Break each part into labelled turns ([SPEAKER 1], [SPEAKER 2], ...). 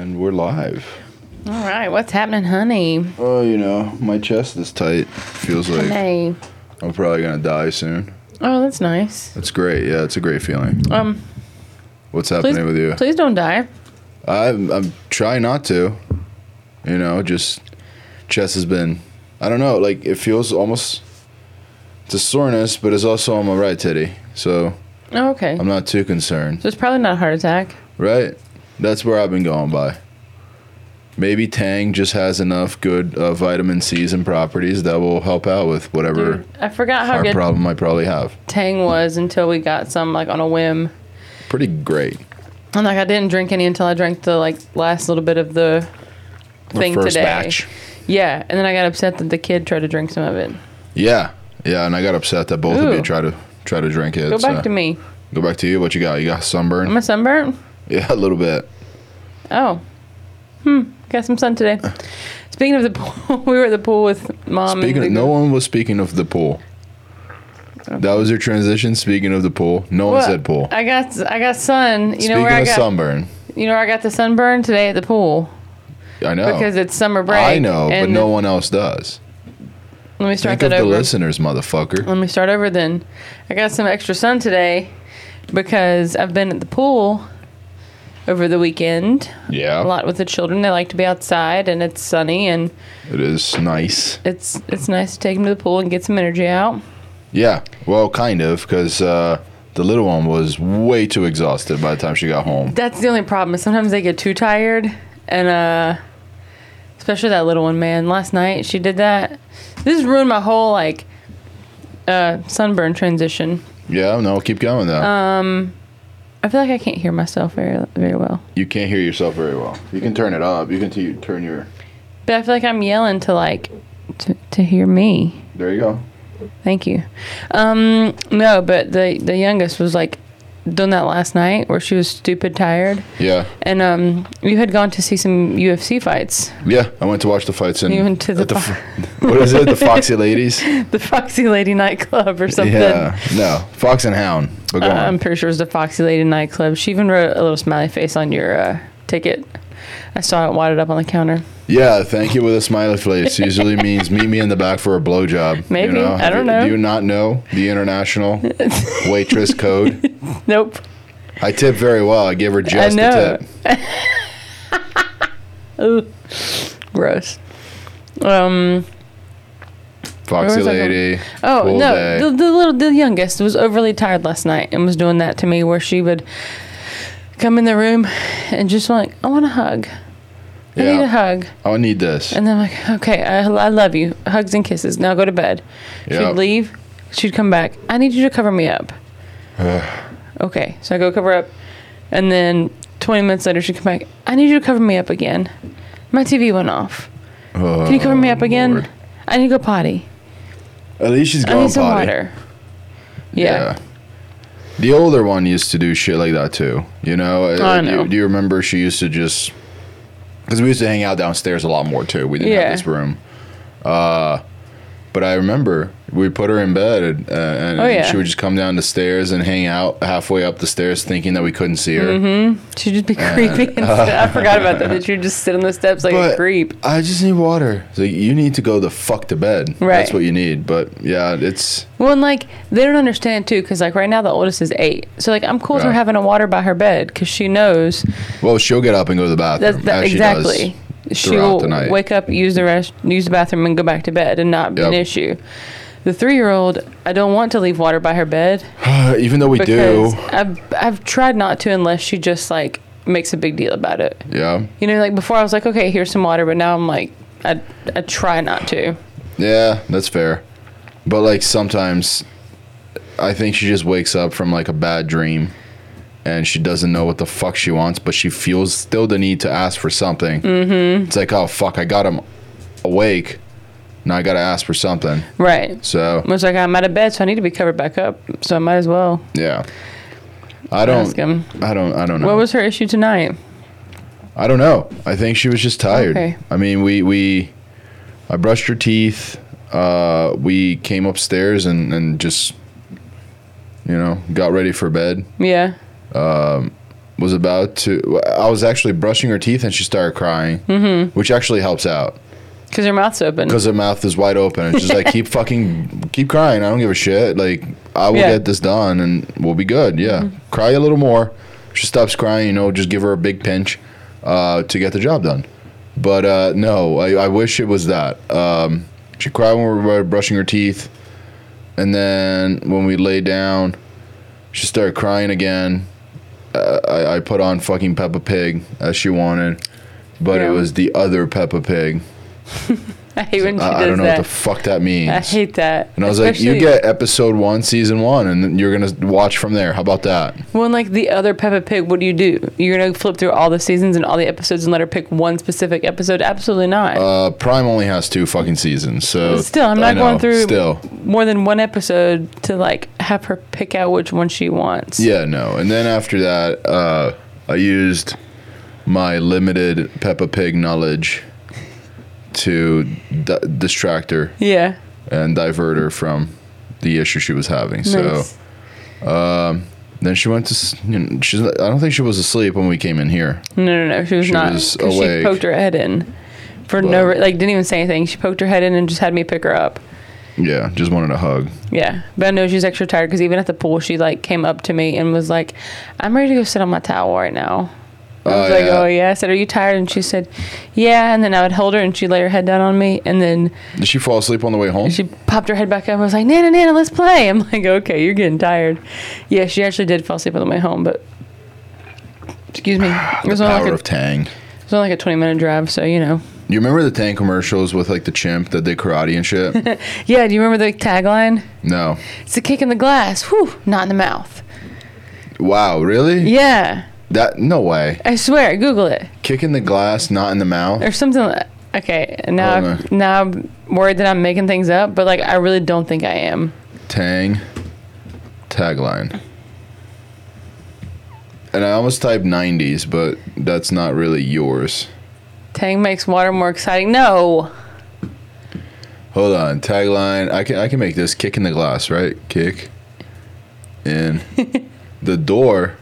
[SPEAKER 1] alive.
[SPEAKER 2] All right, what's happening, honey?
[SPEAKER 1] Oh, you know, my chest is tight. Feels like
[SPEAKER 2] Hey.
[SPEAKER 1] I'm probably gonna die soon.
[SPEAKER 2] Oh, that's nice.
[SPEAKER 1] That's great. Yeah, it's a great feeling.
[SPEAKER 2] Um,
[SPEAKER 1] What's
[SPEAKER 2] please,
[SPEAKER 1] happening with you?
[SPEAKER 2] please don't die.
[SPEAKER 1] I'm I'm trying not to. You know, just chest has been. I don't know. Like it feels almost. It's a soreness, but it's also on my right titty, so
[SPEAKER 2] Oh, okay.
[SPEAKER 1] I'm not too concerned.
[SPEAKER 2] so it's probably not a heart attack.
[SPEAKER 1] Right? That's where I've been going by. Maybe Tang just has enough good uh, vitamin C's and properties that will help out with whatever
[SPEAKER 2] Dude, I forgot how
[SPEAKER 1] heart
[SPEAKER 2] good
[SPEAKER 1] problem I probably have.
[SPEAKER 2] Tang was until we got some like on a whim.
[SPEAKER 1] Pretty great.
[SPEAKER 2] And like I didn't drink any until I drank the like last little bit of the thing
[SPEAKER 1] first
[SPEAKER 2] today.
[SPEAKER 1] batch.
[SPEAKER 2] Yeah, and then I got upset that the kid tried to drink some of it.
[SPEAKER 1] Yeah, yeah, and I got upset that both of
[SPEAKER 2] Ooh.
[SPEAKER 1] you try to try to drink it.
[SPEAKER 2] Go back
[SPEAKER 1] so-
[SPEAKER 2] to me.
[SPEAKER 1] Go back to you. What you got? You got sunburn?
[SPEAKER 2] Am I sunburnt?
[SPEAKER 1] yeah, a little bit.
[SPEAKER 2] Oh. Hmm. Got some sun today. Speaking of the pool, we were at the pool with mom.
[SPEAKER 1] Speaking,
[SPEAKER 2] and
[SPEAKER 1] of,
[SPEAKER 2] the-
[SPEAKER 1] no one was speaking of the pool.
[SPEAKER 2] Oh.
[SPEAKER 1] That was your transition. Speaking of the pool, no one
[SPEAKER 2] Well,
[SPEAKER 1] said pool.
[SPEAKER 2] I got I got sun. Uh, You know
[SPEAKER 1] speaking
[SPEAKER 2] where I
[SPEAKER 1] of
[SPEAKER 2] got
[SPEAKER 1] sunburn,
[SPEAKER 2] you know where I got the sunburn today at the pool
[SPEAKER 1] I know
[SPEAKER 2] because it's summer break.
[SPEAKER 1] Oh. I know, but
[SPEAKER 2] and
[SPEAKER 1] no one else does.
[SPEAKER 2] Let me start
[SPEAKER 1] Think of
[SPEAKER 2] that
[SPEAKER 1] the
[SPEAKER 2] over. Mm.
[SPEAKER 1] listeners, motherfucker.
[SPEAKER 2] Let me start over then. I got some extra sun today because I've been at the pool over the weekend
[SPEAKER 1] Yeah,
[SPEAKER 2] a lot with the children. They like to be outside and it's sunny and
[SPEAKER 1] it is nice.
[SPEAKER 2] it's it's nice to take them to the pool and get some energy out.
[SPEAKER 1] Yeah, well, kind of, because uh, the little one was way too exhausted by the time she got home.
[SPEAKER 2] That's the only problem. Is sometimes they get too tired, and uh, especially that little one, man. Last night she did that. This ruined my whole like uh, sunburn transition.
[SPEAKER 1] Yeah, no, keep going though.
[SPEAKER 2] Uh. I feel like I can't hear myself very very well,
[SPEAKER 1] you can't hear yourself very well. You can turn it up. You can t- turn your.
[SPEAKER 2] but I feel like I'm yelling to like to, to hear me.
[SPEAKER 1] There you go.
[SPEAKER 2] Thank you. Um, no, but the the youngest was like done that last night where she was stupid tired,
[SPEAKER 1] Yeah,
[SPEAKER 2] and um, you had gone to see some UFC fights.
[SPEAKER 1] yeah. I went to watch the fights in.
[SPEAKER 2] You went to the
[SPEAKER 1] at
[SPEAKER 2] fo-
[SPEAKER 1] f- what is it? The Foxy Ladies.
[SPEAKER 2] the Foxy Lady nightclub or something.
[SPEAKER 1] Yeah, no, Fox and Hound. But go
[SPEAKER 2] Uh,
[SPEAKER 1] on.
[SPEAKER 2] I'm pretty sure it was the Foxy Lady nightclub. She even wrote a little smiley face on your uh, ticket. I saw it wadded up on the counter.
[SPEAKER 1] Yeah, thank you with a smiley face usually means meet me in the back for a blowjob.
[SPEAKER 2] Maybe. I don't
[SPEAKER 1] Do-
[SPEAKER 2] know.
[SPEAKER 1] Do you not know the international waitress code?
[SPEAKER 2] Nope.
[SPEAKER 1] I tip very well. I give her just
[SPEAKER 2] know.
[SPEAKER 1] a tip.
[SPEAKER 2] Gross. Um.
[SPEAKER 1] Foxy
[SPEAKER 2] was I going?
[SPEAKER 1] lady.
[SPEAKER 2] Oh
[SPEAKER 1] pool
[SPEAKER 2] no.
[SPEAKER 1] day.
[SPEAKER 2] The, the little the youngest was overly tired last night and was doing that to me where she would come in the room and just like I want a hug. I need a
[SPEAKER 1] yeah.
[SPEAKER 2] hug.
[SPEAKER 1] I need this.
[SPEAKER 2] And then I'm like, okay, I, I love you. Hugs and kisses. Now go to bed.
[SPEAKER 1] Yeah.
[SPEAKER 2] She'd leave. She'd come back. I need you to cover me up. okay. So I go cover up. And then 20 minutes later, she'd come back. I need you to cover me up again. My TV went off. Can you cover me up again?
[SPEAKER 1] Oh, Lord.
[SPEAKER 2] I need to go potty.
[SPEAKER 1] At least she's
[SPEAKER 2] I
[SPEAKER 1] going
[SPEAKER 2] need some
[SPEAKER 1] potty.
[SPEAKER 2] water. Yeah.
[SPEAKER 1] The older one used to do shit like that too. You know,
[SPEAKER 2] I
[SPEAKER 1] Uh, Do,
[SPEAKER 2] know.
[SPEAKER 1] you, do you remember she used to just because we used to hang out downstairs a lot more too. We didn't
[SPEAKER 2] Yeah.
[SPEAKER 1] have this room, uh, but I remember we put her in bed and, uh, and
[SPEAKER 2] Oh, yeah.
[SPEAKER 1] she would just come down the stairs and hang out halfway up the stairs, thinking that we couldn't see her.
[SPEAKER 2] Mm-hmm. She'd just be
[SPEAKER 1] Uh,
[SPEAKER 2] creepy. And stuff. I forgot about that, that she'd just sit on the steps like a
[SPEAKER 1] But
[SPEAKER 2] creep.
[SPEAKER 1] I just need water. So you need to go the fuck to bed.
[SPEAKER 2] Right.
[SPEAKER 1] That's what you need. But yeah, it's
[SPEAKER 2] Well, and like they don't understand too, because like right now the oldest is eight, so like I'm cool with her
[SPEAKER 1] Yeah.
[SPEAKER 2] having a water by her bed because she knows
[SPEAKER 1] well, she'll get up and go to the
[SPEAKER 2] that's
[SPEAKER 1] bathroom.
[SPEAKER 2] that,
[SPEAKER 1] as she does
[SPEAKER 2] exactly. She
[SPEAKER 1] throughout
[SPEAKER 2] will
[SPEAKER 1] the night.
[SPEAKER 2] wake up, use the rest, use the bathroom, and go back to bed, and not be an
[SPEAKER 1] Yep.
[SPEAKER 2] issue. The three-year-old, I don't want to leave water by her bed
[SPEAKER 1] even though we do.
[SPEAKER 2] because I've I've tried not to unless she just like makes a big deal about it.
[SPEAKER 1] Yeah.
[SPEAKER 2] You know, like before I was like, okay, here's some water, but now I'm like, I I try not to.
[SPEAKER 1] Yeah, that's fair. But like sometimes I think she just wakes up from like a bad dream and she doesn't know what the fuck she wants, but she feels still the need to ask for something. Mm-hmm. It's like, oh fuck, I got him awake. Now I gotta ask for something.
[SPEAKER 2] Right.
[SPEAKER 1] So
[SPEAKER 2] I was like, I'm out of bed, so I need to be covered back up, so I might as well
[SPEAKER 1] yeah. I don't
[SPEAKER 2] ask him.
[SPEAKER 1] I don't I don't know.
[SPEAKER 2] What was her issue tonight?
[SPEAKER 1] I don't know. I think she was just tired.
[SPEAKER 2] Okay.
[SPEAKER 1] I mean, we we I brushed her teeth. Uh, we came upstairs and and just you know got ready for bed.
[SPEAKER 2] Yeah.
[SPEAKER 1] was about to. I was actually brushing her teeth and she started crying, which actually helps out
[SPEAKER 2] because your mouth's open.
[SPEAKER 1] because her mouth is wide open. And she's like, keep fucking, keep crying. I don't give a shit. Like, I will
[SPEAKER 2] Yeah. Mm-hmm.
[SPEAKER 1] get this done and we'll be good. Yeah. Cry a little more. She stops crying, you know, just give her a big pinch uh, to get the job done. But uh, no, I, I wish it was that. Um, she cried when we were brushing her teeth. And then when we lay down, she started crying again. Uh, I, I put on fucking Peppa Pig as she wanted, but
[SPEAKER 2] Yeah.
[SPEAKER 1] it was the other Peppa Pig.
[SPEAKER 2] I hate when she
[SPEAKER 1] uh, I,
[SPEAKER 2] does
[SPEAKER 1] I don't know
[SPEAKER 2] that.
[SPEAKER 1] what the fuck that means.
[SPEAKER 2] I hate that.
[SPEAKER 1] and I was like,
[SPEAKER 2] Especially
[SPEAKER 1] you get episode one, season one, and then you're gonna watch from there. How about that?
[SPEAKER 2] when like the other Peppa Pig. What do you do? You're gonna flip through all the seasons and all the episodes and let her pick one specific episode? Absolutely not.
[SPEAKER 1] Uh, Prime only has two fucking seasons, so
[SPEAKER 2] Still, I'm
[SPEAKER 1] I
[SPEAKER 2] not
[SPEAKER 1] know,
[SPEAKER 2] going through
[SPEAKER 1] Still,
[SPEAKER 2] more than one episode to like have her pick out which one she wants.
[SPEAKER 1] yeah, no. And then after that, uh, I used my limited Peppa Pig knowledge to d- distract her
[SPEAKER 2] Yeah.
[SPEAKER 1] and divert her from the issue she was having. So
[SPEAKER 2] Nice.
[SPEAKER 1] then she went to. s- You know, she's. not- I don't think she was asleep when we came in here.
[SPEAKER 2] No, no, no. She was
[SPEAKER 1] She
[SPEAKER 2] not.
[SPEAKER 1] was
[SPEAKER 2] 'cause she
[SPEAKER 1] awake.
[SPEAKER 2] poked her head in for no
[SPEAKER 1] But-
[SPEAKER 2] re- like didn't even say anything. She poked her head in and just had me pick her up.
[SPEAKER 1] Yeah, just wanted a hug.
[SPEAKER 2] Yeah, but I know she's extra tired because even at the pool, she like came up to me and was like, "I'm ready to go sit on my towel right now." I was
[SPEAKER 1] Oh,
[SPEAKER 2] like,
[SPEAKER 1] yeah.
[SPEAKER 2] "Oh yeah." I said, "Are you tired?" And she said, "Yeah." And then I would hold her and she'd lay her head down on me and then
[SPEAKER 1] Did she fall asleep on the way home?
[SPEAKER 2] she popped her head back up. and was like, "Nana, Nana, let's play." I'm like, "Okay, you're getting tired." Yeah, she actually did fall asleep on the way home, but excuse me, it was only
[SPEAKER 1] Power
[SPEAKER 2] like a,
[SPEAKER 1] of Tang.
[SPEAKER 2] it was only like a 20 minute drive, so you know.
[SPEAKER 1] You remember the Tang commercials with like the chimp that did karate and shit?
[SPEAKER 2] Yeah, do you remember the tagline?
[SPEAKER 1] no.
[SPEAKER 2] It's a kick in the glass, whew, not in the mouth.
[SPEAKER 1] Wow, really?
[SPEAKER 2] Yeah,
[SPEAKER 1] That no way.
[SPEAKER 2] I swear, Google it.
[SPEAKER 1] Kicking the glass, not in the mouth.
[SPEAKER 2] or something. like- Okay, and now
[SPEAKER 1] I don't
[SPEAKER 2] I've- now I'm worried that I'm making things up, but like I really don't think I am.
[SPEAKER 1] Tang tagline. And I almost typed '90s, but that's not really yours.
[SPEAKER 2] Tang makes water more exciting. No,
[SPEAKER 1] Hold on, tagline. I can I can make this kick in the glass, right? Kick in the door.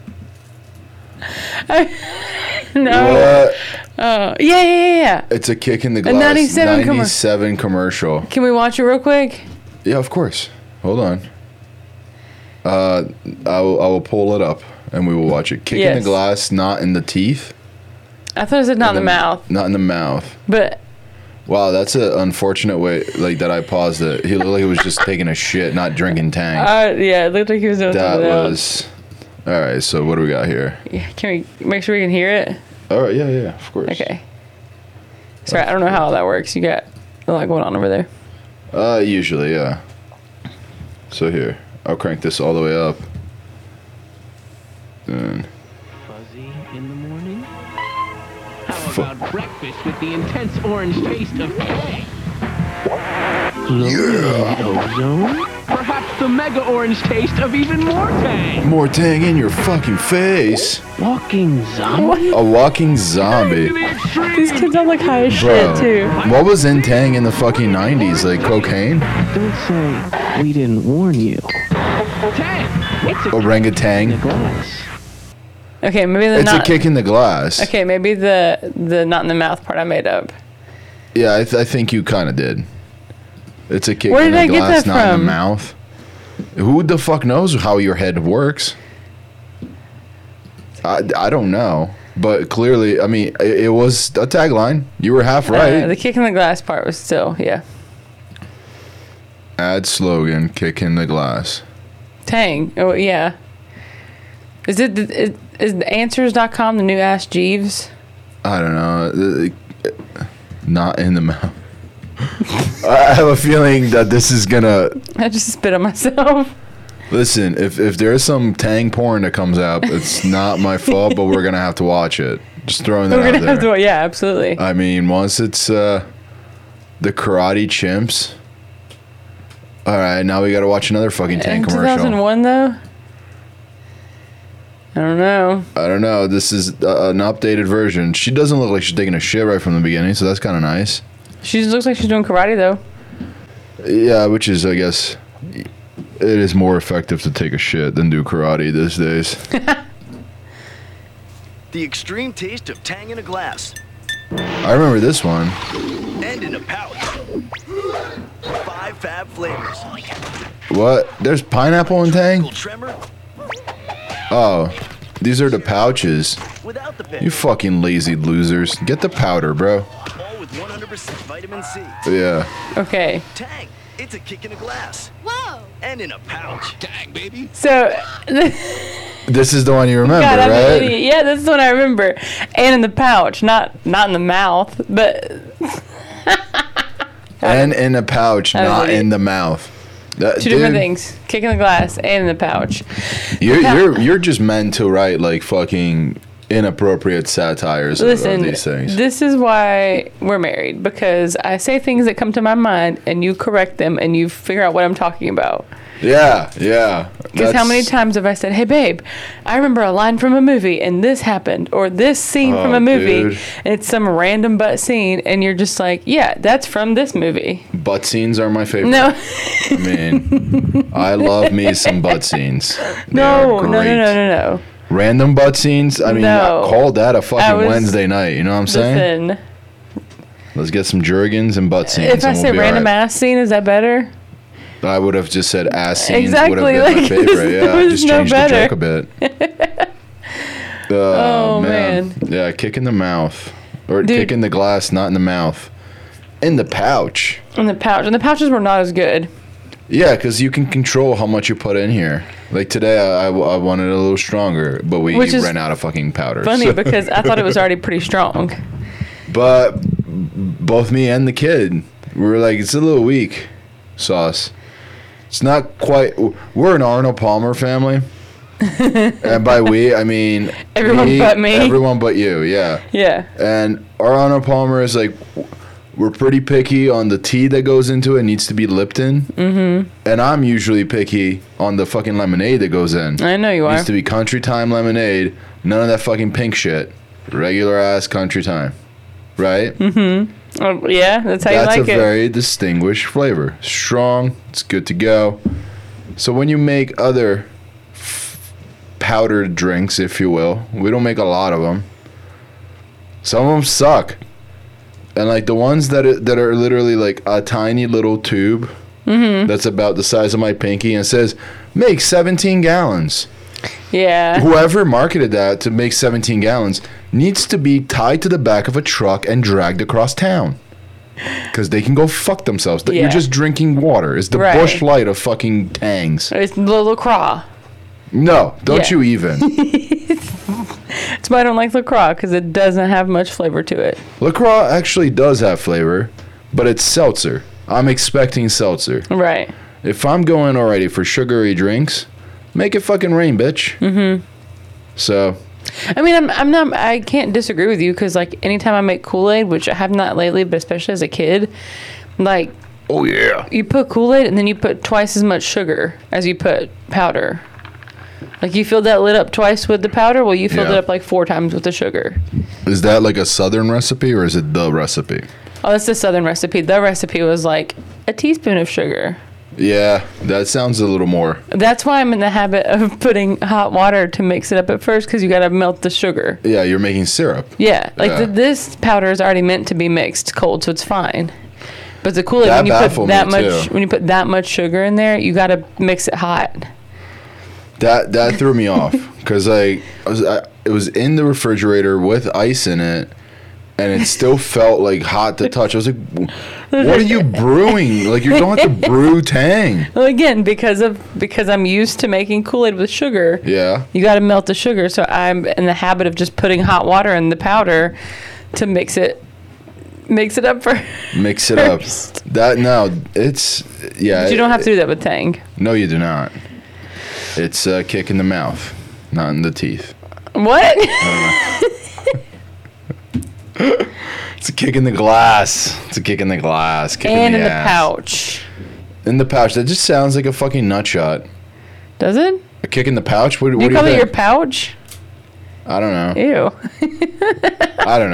[SPEAKER 2] no.
[SPEAKER 1] What?
[SPEAKER 2] Uh, yeah, yeah, yeah, yeah.
[SPEAKER 1] It's a kick in the
[SPEAKER 2] A
[SPEAKER 1] glass.
[SPEAKER 2] 97 commer-
[SPEAKER 1] 97 commercial.
[SPEAKER 2] Can we watch it real quick?
[SPEAKER 1] Yeah, of course. Hold on. Uh, I will, I will pull it up and we will watch it. Kick in
[SPEAKER 2] Yes.
[SPEAKER 1] the glass, not in the teeth.
[SPEAKER 2] I thought it said not in the mouth,
[SPEAKER 1] Not in the mouth.
[SPEAKER 2] but
[SPEAKER 1] Wow, that's an unfortunate way, like that I paused it. He looked like he was just taking a shit, not drinking Tang.
[SPEAKER 2] uh, yeah, it looked like he was doing
[SPEAKER 1] that
[SPEAKER 2] something else.
[SPEAKER 1] was. All right, so what do we got here?
[SPEAKER 2] Yeah, can we make sure we can hear it?
[SPEAKER 1] All right, yeah, yeah, of course.
[SPEAKER 2] Okay. Sorry, I don't know how that works. You got a lot going on over there.
[SPEAKER 1] Uh, usually, yeah. So here, I'll crank this all the way up. And
[SPEAKER 3] fuzzy in the morning? How about breakfast with the intense orange taste of today? Yeah. Ozone? Perhaps the mega orange taste of even more tang.
[SPEAKER 1] more Tang in your fucking face.
[SPEAKER 3] Walking zombie?
[SPEAKER 1] A walking zombie.
[SPEAKER 3] To the
[SPEAKER 2] These
[SPEAKER 3] extreme!
[SPEAKER 2] kids are like high as
[SPEAKER 1] Bro,
[SPEAKER 2] shit too.
[SPEAKER 1] what was in Tang in the fucking 90s? Like cocaine?
[SPEAKER 3] Don't say we didn't warn you. Tang! It's
[SPEAKER 1] Oh.
[SPEAKER 3] a
[SPEAKER 1] Orangutan?
[SPEAKER 3] glass.
[SPEAKER 2] Okay, maybe the
[SPEAKER 1] It's
[SPEAKER 2] not.
[SPEAKER 1] a kick in the glass.
[SPEAKER 2] Okay, maybe the the not in the mouth part I made up.
[SPEAKER 1] Yeah, I, th- I think you kind of did. It's a kick
[SPEAKER 2] Where
[SPEAKER 1] in
[SPEAKER 2] did
[SPEAKER 1] the
[SPEAKER 2] I get
[SPEAKER 1] glass,
[SPEAKER 2] that
[SPEAKER 1] not in
[SPEAKER 2] from?
[SPEAKER 1] the mouth. Who the fuck knows how your head works? I, I don't know. But clearly, I mean, it, it was a tagline. You were half right.
[SPEAKER 2] Uh, the kick in the glass part was still, yeah.
[SPEAKER 1] Ad slogan, kick in the glass.
[SPEAKER 2] Tang. Oh, yeah. Is it, is, is the answers.com the new Ask Jeeves?
[SPEAKER 1] I don't know. uh, Not in the mouth. I have a feeling that this is gonna
[SPEAKER 2] I just spit on myself.
[SPEAKER 1] listen. If if there's some Tang porn that comes out, it's not my fault, but we're gonna have to watch it. Just throwing that
[SPEAKER 2] We're
[SPEAKER 1] out
[SPEAKER 2] going to have
[SPEAKER 1] there. Uh,
[SPEAKER 2] to, yeah, absolutely.
[SPEAKER 1] I mean, once it's uh, the Karate Chimps. All right, now we gotta watch another fucking Tang
[SPEAKER 2] In
[SPEAKER 1] commercial.
[SPEAKER 2] 2001, though? I don't know.
[SPEAKER 1] I don't know. This is uh, an updated version. She doesn't look like she's taking a shit right from the beginning, so that's kind of nice.
[SPEAKER 2] She just looks like she's doing karate, though.
[SPEAKER 1] Yeah, which is, I guess, it is more effective to take a shit than do karate these days.
[SPEAKER 4] the extreme taste of tang in a glass
[SPEAKER 1] I remember this one.
[SPEAKER 4] and in a pouch. Five fab flavors.
[SPEAKER 1] What? There's pineapple and tang?
[SPEAKER 4] Cool tremor
[SPEAKER 1] Oh, these are the pouches.
[SPEAKER 4] without the
[SPEAKER 1] You
[SPEAKER 4] bend.
[SPEAKER 1] fucking lazy losers. Get the powder, bro.
[SPEAKER 4] All with 100% vitamin C.
[SPEAKER 1] Yeah.
[SPEAKER 2] Okay.
[SPEAKER 4] Tang, it's a kick in a glass
[SPEAKER 5] Whoa!
[SPEAKER 4] and in a pouch.
[SPEAKER 3] Dang, baby.
[SPEAKER 2] So,
[SPEAKER 1] This is the one you remember,
[SPEAKER 2] God, I'm an
[SPEAKER 1] right?
[SPEAKER 2] idiot. Yeah, this is what I remember. And in the pouch, not not in the mouth, but
[SPEAKER 1] And in a pouch,
[SPEAKER 2] was
[SPEAKER 1] not
[SPEAKER 2] an
[SPEAKER 1] in the mouth. That-
[SPEAKER 2] two different
[SPEAKER 1] dude,
[SPEAKER 2] things: kick in the glass and in the pouch.
[SPEAKER 1] You're, you're, you're just meant to write like fucking inappropriate satires of-
[SPEAKER 2] Listen,
[SPEAKER 1] of these things.
[SPEAKER 2] this is why we're married because I say things that come to my mind, and you correct them, and you figure out what I'm talking about.
[SPEAKER 1] yeah, yeah.
[SPEAKER 2] Because how many
[SPEAKER 1] That's-
[SPEAKER 2] times have I said, "Hey, babe, I remember a line from a movie, and this happened, or this scene from
[SPEAKER 1] Oh,
[SPEAKER 2] a movie,
[SPEAKER 1] dude.
[SPEAKER 2] and it's some random butt scene," and you're just like, "Yeah, that's from this movie."
[SPEAKER 1] butt scenes are my favorite.
[SPEAKER 2] No,
[SPEAKER 1] I mean, I love me some butt scenes. They
[SPEAKER 2] no,
[SPEAKER 1] are
[SPEAKER 2] no, no,
[SPEAKER 1] great.
[SPEAKER 2] no, no, no.
[SPEAKER 1] Random butt scenes. I mean,
[SPEAKER 2] No.
[SPEAKER 1] I call that a fucking
[SPEAKER 2] was-
[SPEAKER 1] Wednesday night. You know what I'm saying?
[SPEAKER 2] Listen,
[SPEAKER 1] Let's get some Jergens and butt scenes.
[SPEAKER 2] if I
[SPEAKER 1] and we'll
[SPEAKER 2] say
[SPEAKER 1] be
[SPEAKER 2] random
[SPEAKER 1] alright.
[SPEAKER 2] ass scene, is that better?
[SPEAKER 1] I would have just said ass scenes.
[SPEAKER 2] Exactly,
[SPEAKER 1] Would have been
[SPEAKER 2] like,
[SPEAKER 1] my favorite.
[SPEAKER 2] there
[SPEAKER 1] Yeah,
[SPEAKER 2] was
[SPEAKER 1] just
[SPEAKER 2] no
[SPEAKER 1] changed
[SPEAKER 2] better.
[SPEAKER 1] the joke a bit. oh
[SPEAKER 2] Oh,
[SPEAKER 1] man.
[SPEAKER 2] man.
[SPEAKER 1] Yeah, kick in the mouth or
[SPEAKER 2] Dude.
[SPEAKER 1] kick in the glass, not in the mouth, in the pouch.
[SPEAKER 2] And the pouch, and the pouches were not as good.
[SPEAKER 1] Yeah, because you can control how much you put in here. Like today, I, I, I wanted a little stronger, but we
[SPEAKER 2] Which is
[SPEAKER 1] ran out of fucking powder.
[SPEAKER 2] Funny
[SPEAKER 1] so-
[SPEAKER 2] because I thought it was already pretty strong.
[SPEAKER 1] but both me and the kid we were like, it's a little weak sauce. It's not quite. We're an Arnold Palmer family. and by we, I mean
[SPEAKER 2] Everyone but me.
[SPEAKER 1] Everyone but you, yeah.
[SPEAKER 2] Yeah.
[SPEAKER 1] And our Arnold Palmer is like, we're pretty picky on the tea that goes into it. Needs to be Lipton. Mm-hmm. And I'm usually picky on the fucking lemonade that goes in.
[SPEAKER 2] I know you are.
[SPEAKER 1] Needs to be country time lemonade. None of that fucking pink shit. Regular ass country time. Right?
[SPEAKER 2] Hmm. Oh, yeah, that's how
[SPEAKER 1] That's
[SPEAKER 2] you
[SPEAKER 1] a
[SPEAKER 2] like it.
[SPEAKER 1] very distinguished flavor. Strong. It's good to go. So when you make other f- powdered drinks, if you will, we don't make a lot of them. Some of them suck. And like the ones that are, that are literally like a tiny little tube
[SPEAKER 2] Mm-hmm.
[SPEAKER 1] that's about the size of my pinky and says make 17 gallons
[SPEAKER 2] yeah.
[SPEAKER 1] whoever marketed that to make 17 gallons needs to be tied to the back of a truck and dragged across town because they can go fuck themselves That
[SPEAKER 2] Yeah.
[SPEAKER 1] you're just drinking water it's the
[SPEAKER 2] Right.
[SPEAKER 1] bush light of fucking tangs
[SPEAKER 2] It's LaCroix.
[SPEAKER 1] no don't
[SPEAKER 2] Yeah.
[SPEAKER 1] you even
[SPEAKER 2] That's why I don't like LaCroix because it doesn't have much flavor to it.
[SPEAKER 1] lacroix actually does have flavor but it's seltzer i'm expecting seltzer
[SPEAKER 2] Right.
[SPEAKER 1] if i'm going already for sugary drinks make it fucking rain bitch mm-hmm so
[SPEAKER 2] I mean, I'm, I'm not, I can't disagree with you because, like, anytime I make Kool Aid, which I have not lately, but especially as a kid, like,
[SPEAKER 1] oh yeah
[SPEAKER 2] you put Kool Aid and then you put twice as much sugar as you put powder. Like, you filled that lid up twice with the powder, well, you filled
[SPEAKER 1] Yeah.
[SPEAKER 2] it up like four times with the sugar.
[SPEAKER 1] is that like a southern recipe or is it the recipe
[SPEAKER 2] Oh, that's the Southern recipe. The recipe was like a teaspoon of sugar.
[SPEAKER 1] Yeah, that sounds a little more.
[SPEAKER 2] That's why I'm in the habit of putting hot water to mix it up at first because you got to melt the sugar.
[SPEAKER 1] Yeah, you're making syrup.
[SPEAKER 2] Yeah, like
[SPEAKER 1] Yeah.
[SPEAKER 2] th this powder is already meant to be mixed cold, so it's fine. But the Kool Aid,
[SPEAKER 1] That
[SPEAKER 2] when you put
[SPEAKER 1] baffled me,
[SPEAKER 2] that much,
[SPEAKER 1] too.
[SPEAKER 2] when you put that much sugar in there, you got to mix it hot.
[SPEAKER 1] That that threw me off because like I was, I, it was in the refrigerator with ice in it, and it still felt like hot to touch. I was like, "W- "What are you brewing? Like you don't have to brew Tang."
[SPEAKER 2] Well, again, because of because I'm used to making Kool Aid with sugar,
[SPEAKER 1] Yeah,
[SPEAKER 2] you got to melt the sugar. So I'm in the habit of just putting hot water in the powder to mix it, mix it up for.
[SPEAKER 1] mix it up.
[SPEAKER 2] First.
[SPEAKER 1] That no, it's yeah.
[SPEAKER 2] But you don't have to do that with Tang.
[SPEAKER 1] No, you do not. It's a kick in the mouth, not in the teeth.
[SPEAKER 2] What?
[SPEAKER 1] It's a kick in the glass. It's a kick in the glass. Kick
[SPEAKER 2] and
[SPEAKER 1] in
[SPEAKER 2] in
[SPEAKER 1] the,
[SPEAKER 2] the
[SPEAKER 1] ass.
[SPEAKER 2] pouch.
[SPEAKER 1] In the pouch. That just sounds like a fucking nut shot.
[SPEAKER 2] Does it?
[SPEAKER 1] A kick in the pouch? What, what
[SPEAKER 2] you
[SPEAKER 1] do
[SPEAKER 2] call
[SPEAKER 1] you
[SPEAKER 2] it your
[SPEAKER 1] think?
[SPEAKER 2] pouch?
[SPEAKER 1] I don't know.
[SPEAKER 2] Ew.
[SPEAKER 1] I don't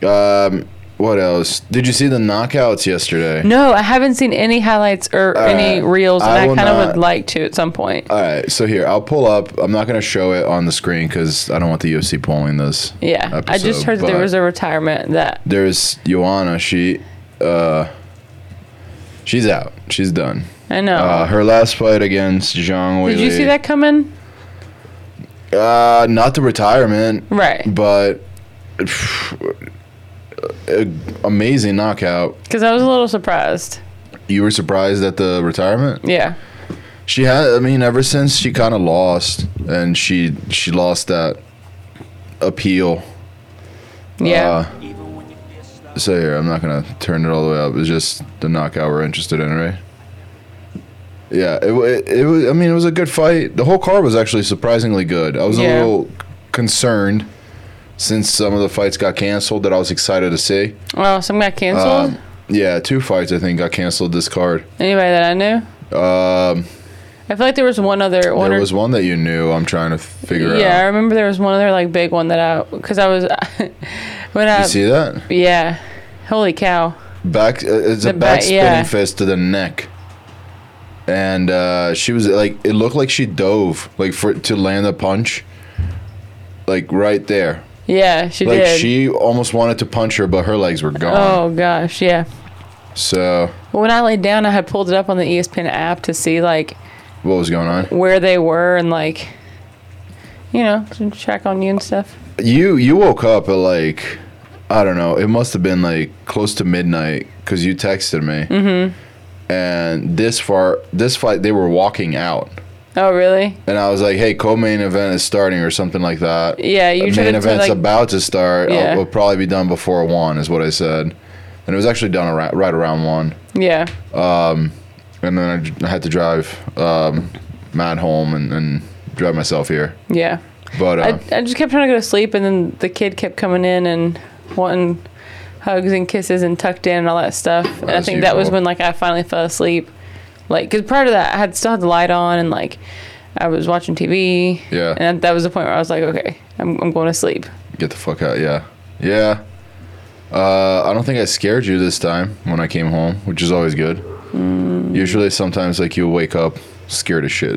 [SPEAKER 1] know. Um, What else? Did you see the knockouts yesterday?
[SPEAKER 2] No, I haven't seen any highlights or any reels, and
[SPEAKER 1] Uh, I
[SPEAKER 2] I,
[SPEAKER 1] will
[SPEAKER 2] kind of
[SPEAKER 1] not- Uh,
[SPEAKER 2] would like to at some point.
[SPEAKER 1] All right, so here I'll pull up. I'm not going to show it on the screen because I don't want the UFC pulling this.
[SPEAKER 2] yeah, I just
[SPEAKER 1] episode,
[SPEAKER 2] heard that there
[SPEAKER 1] but
[SPEAKER 2] was a retirement that
[SPEAKER 1] there's Joanna. She, uh, she's out. She's done.
[SPEAKER 2] I know.
[SPEAKER 1] Uh, her last fight against Zhang Weili.
[SPEAKER 2] Oh. Did you see that coming?
[SPEAKER 1] Uh, not the retirement,
[SPEAKER 2] Right,
[SPEAKER 1] but a- amazing knockout.
[SPEAKER 2] because I was a little surprised.
[SPEAKER 1] You were surprised at the retirement?
[SPEAKER 2] Yeah,
[SPEAKER 1] She had. I mean, ever since she kind of lost, and she she lost that appeal.
[SPEAKER 2] yeah.
[SPEAKER 1] Uh, so here, I'm not gonna turn it all the way up. It's just the knockout we're interested in, right? Yeah, it, wa- it, it was. I mean, it was a good fight. The whole card was actually surprisingly good. I was
[SPEAKER 2] Yeah.
[SPEAKER 1] a little concerned since some of the fights got canceled that I was excited to see.
[SPEAKER 2] well, Oh, some got canceled.
[SPEAKER 1] Um, yeah, two fights I think got canceled this card.
[SPEAKER 2] Anybody that I knew?
[SPEAKER 1] Um,
[SPEAKER 2] I feel like there was one other. One
[SPEAKER 1] there
[SPEAKER 2] or-
[SPEAKER 1] was one that you knew. I'm trying to figure
[SPEAKER 2] yeah, I
[SPEAKER 1] out.
[SPEAKER 2] remember there was one other like big one that I because I was when I
[SPEAKER 1] You see that?
[SPEAKER 2] yeah, holy cow.
[SPEAKER 1] back uh, it's a
[SPEAKER 2] The ba-
[SPEAKER 1] back spinning
[SPEAKER 2] yeah.
[SPEAKER 1] fist to the neck and uh, she was like it looked like she dove like for to land a punch like right there
[SPEAKER 2] Yeah, she
[SPEAKER 1] like
[SPEAKER 2] did.
[SPEAKER 1] she almost wanted to punch her but her legs were gone
[SPEAKER 2] oh gosh, yeah.
[SPEAKER 1] so
[SPEAKER 2] When I laid down, I had pulled it up on the E ESPN app to see like
[SPEAKER 1] what was going on
[SPEAKER 2] where they were and like, you know, to check on you and stuff.
[SPEAKER 1] you you woke up at like i don't know it must have been like close to midnight because you texted me mm-hmm. and this far this fight they were walking out
[SPEAKER 2] Oh really?
[SPEAKER 1] and I was like, "Hey, co-main event is starting or something like that."
[SPEAKER 2] Yeah, you
[SPEAKER 1] The
[SPEAKER 2] tried
[SPEAKER 1] main
[SPEAKER 2] to,
[SPEAKER 1] event's
[SPEAKER 2] like-
[SPEAKER 1] about to start. I'll-
[SPEAKER 2] Yeah.
[SPEAKER 1] We'll probably be done before one, is what I said, and it was actually done around, right around one.
[SPEAKER 2] Yeah.
[SPEAKER 1] And then I j- I, had to drive um, Matt home and, and drive myself here.
[SPEAKER 2] Yeah.
[SPEAKER 1] But
[SPEAKER 2] I,
[SPEAKER 1] uh,
[SPEAKER 2] I just kept trying to go to sleep, and then the kid kept coming in and wanting hugs and kisses and tucked in and all that stuff. and I
[SPEAKER 1] As
[SPEAKER 2] think that was
[SPEAKER 1] usual.
[SPEAKER 2] when like I finally fell asleep. Like, cause prior to that, I had still had the light on and like I was watching TV.
[SPEAKER 1] Yeah.
[SPEAKER 2] And that was the point where I was like, okay, I'm I'm going to sleep.
[SPEAKER 1] get the fuck out, yeah, yeah. Uh, I don't think I scared you this time when I came home, which is always good.
[SPEAKER 2] Mm.
[SPEAKER 1] Usually, sometimes like you wake up scared as shit.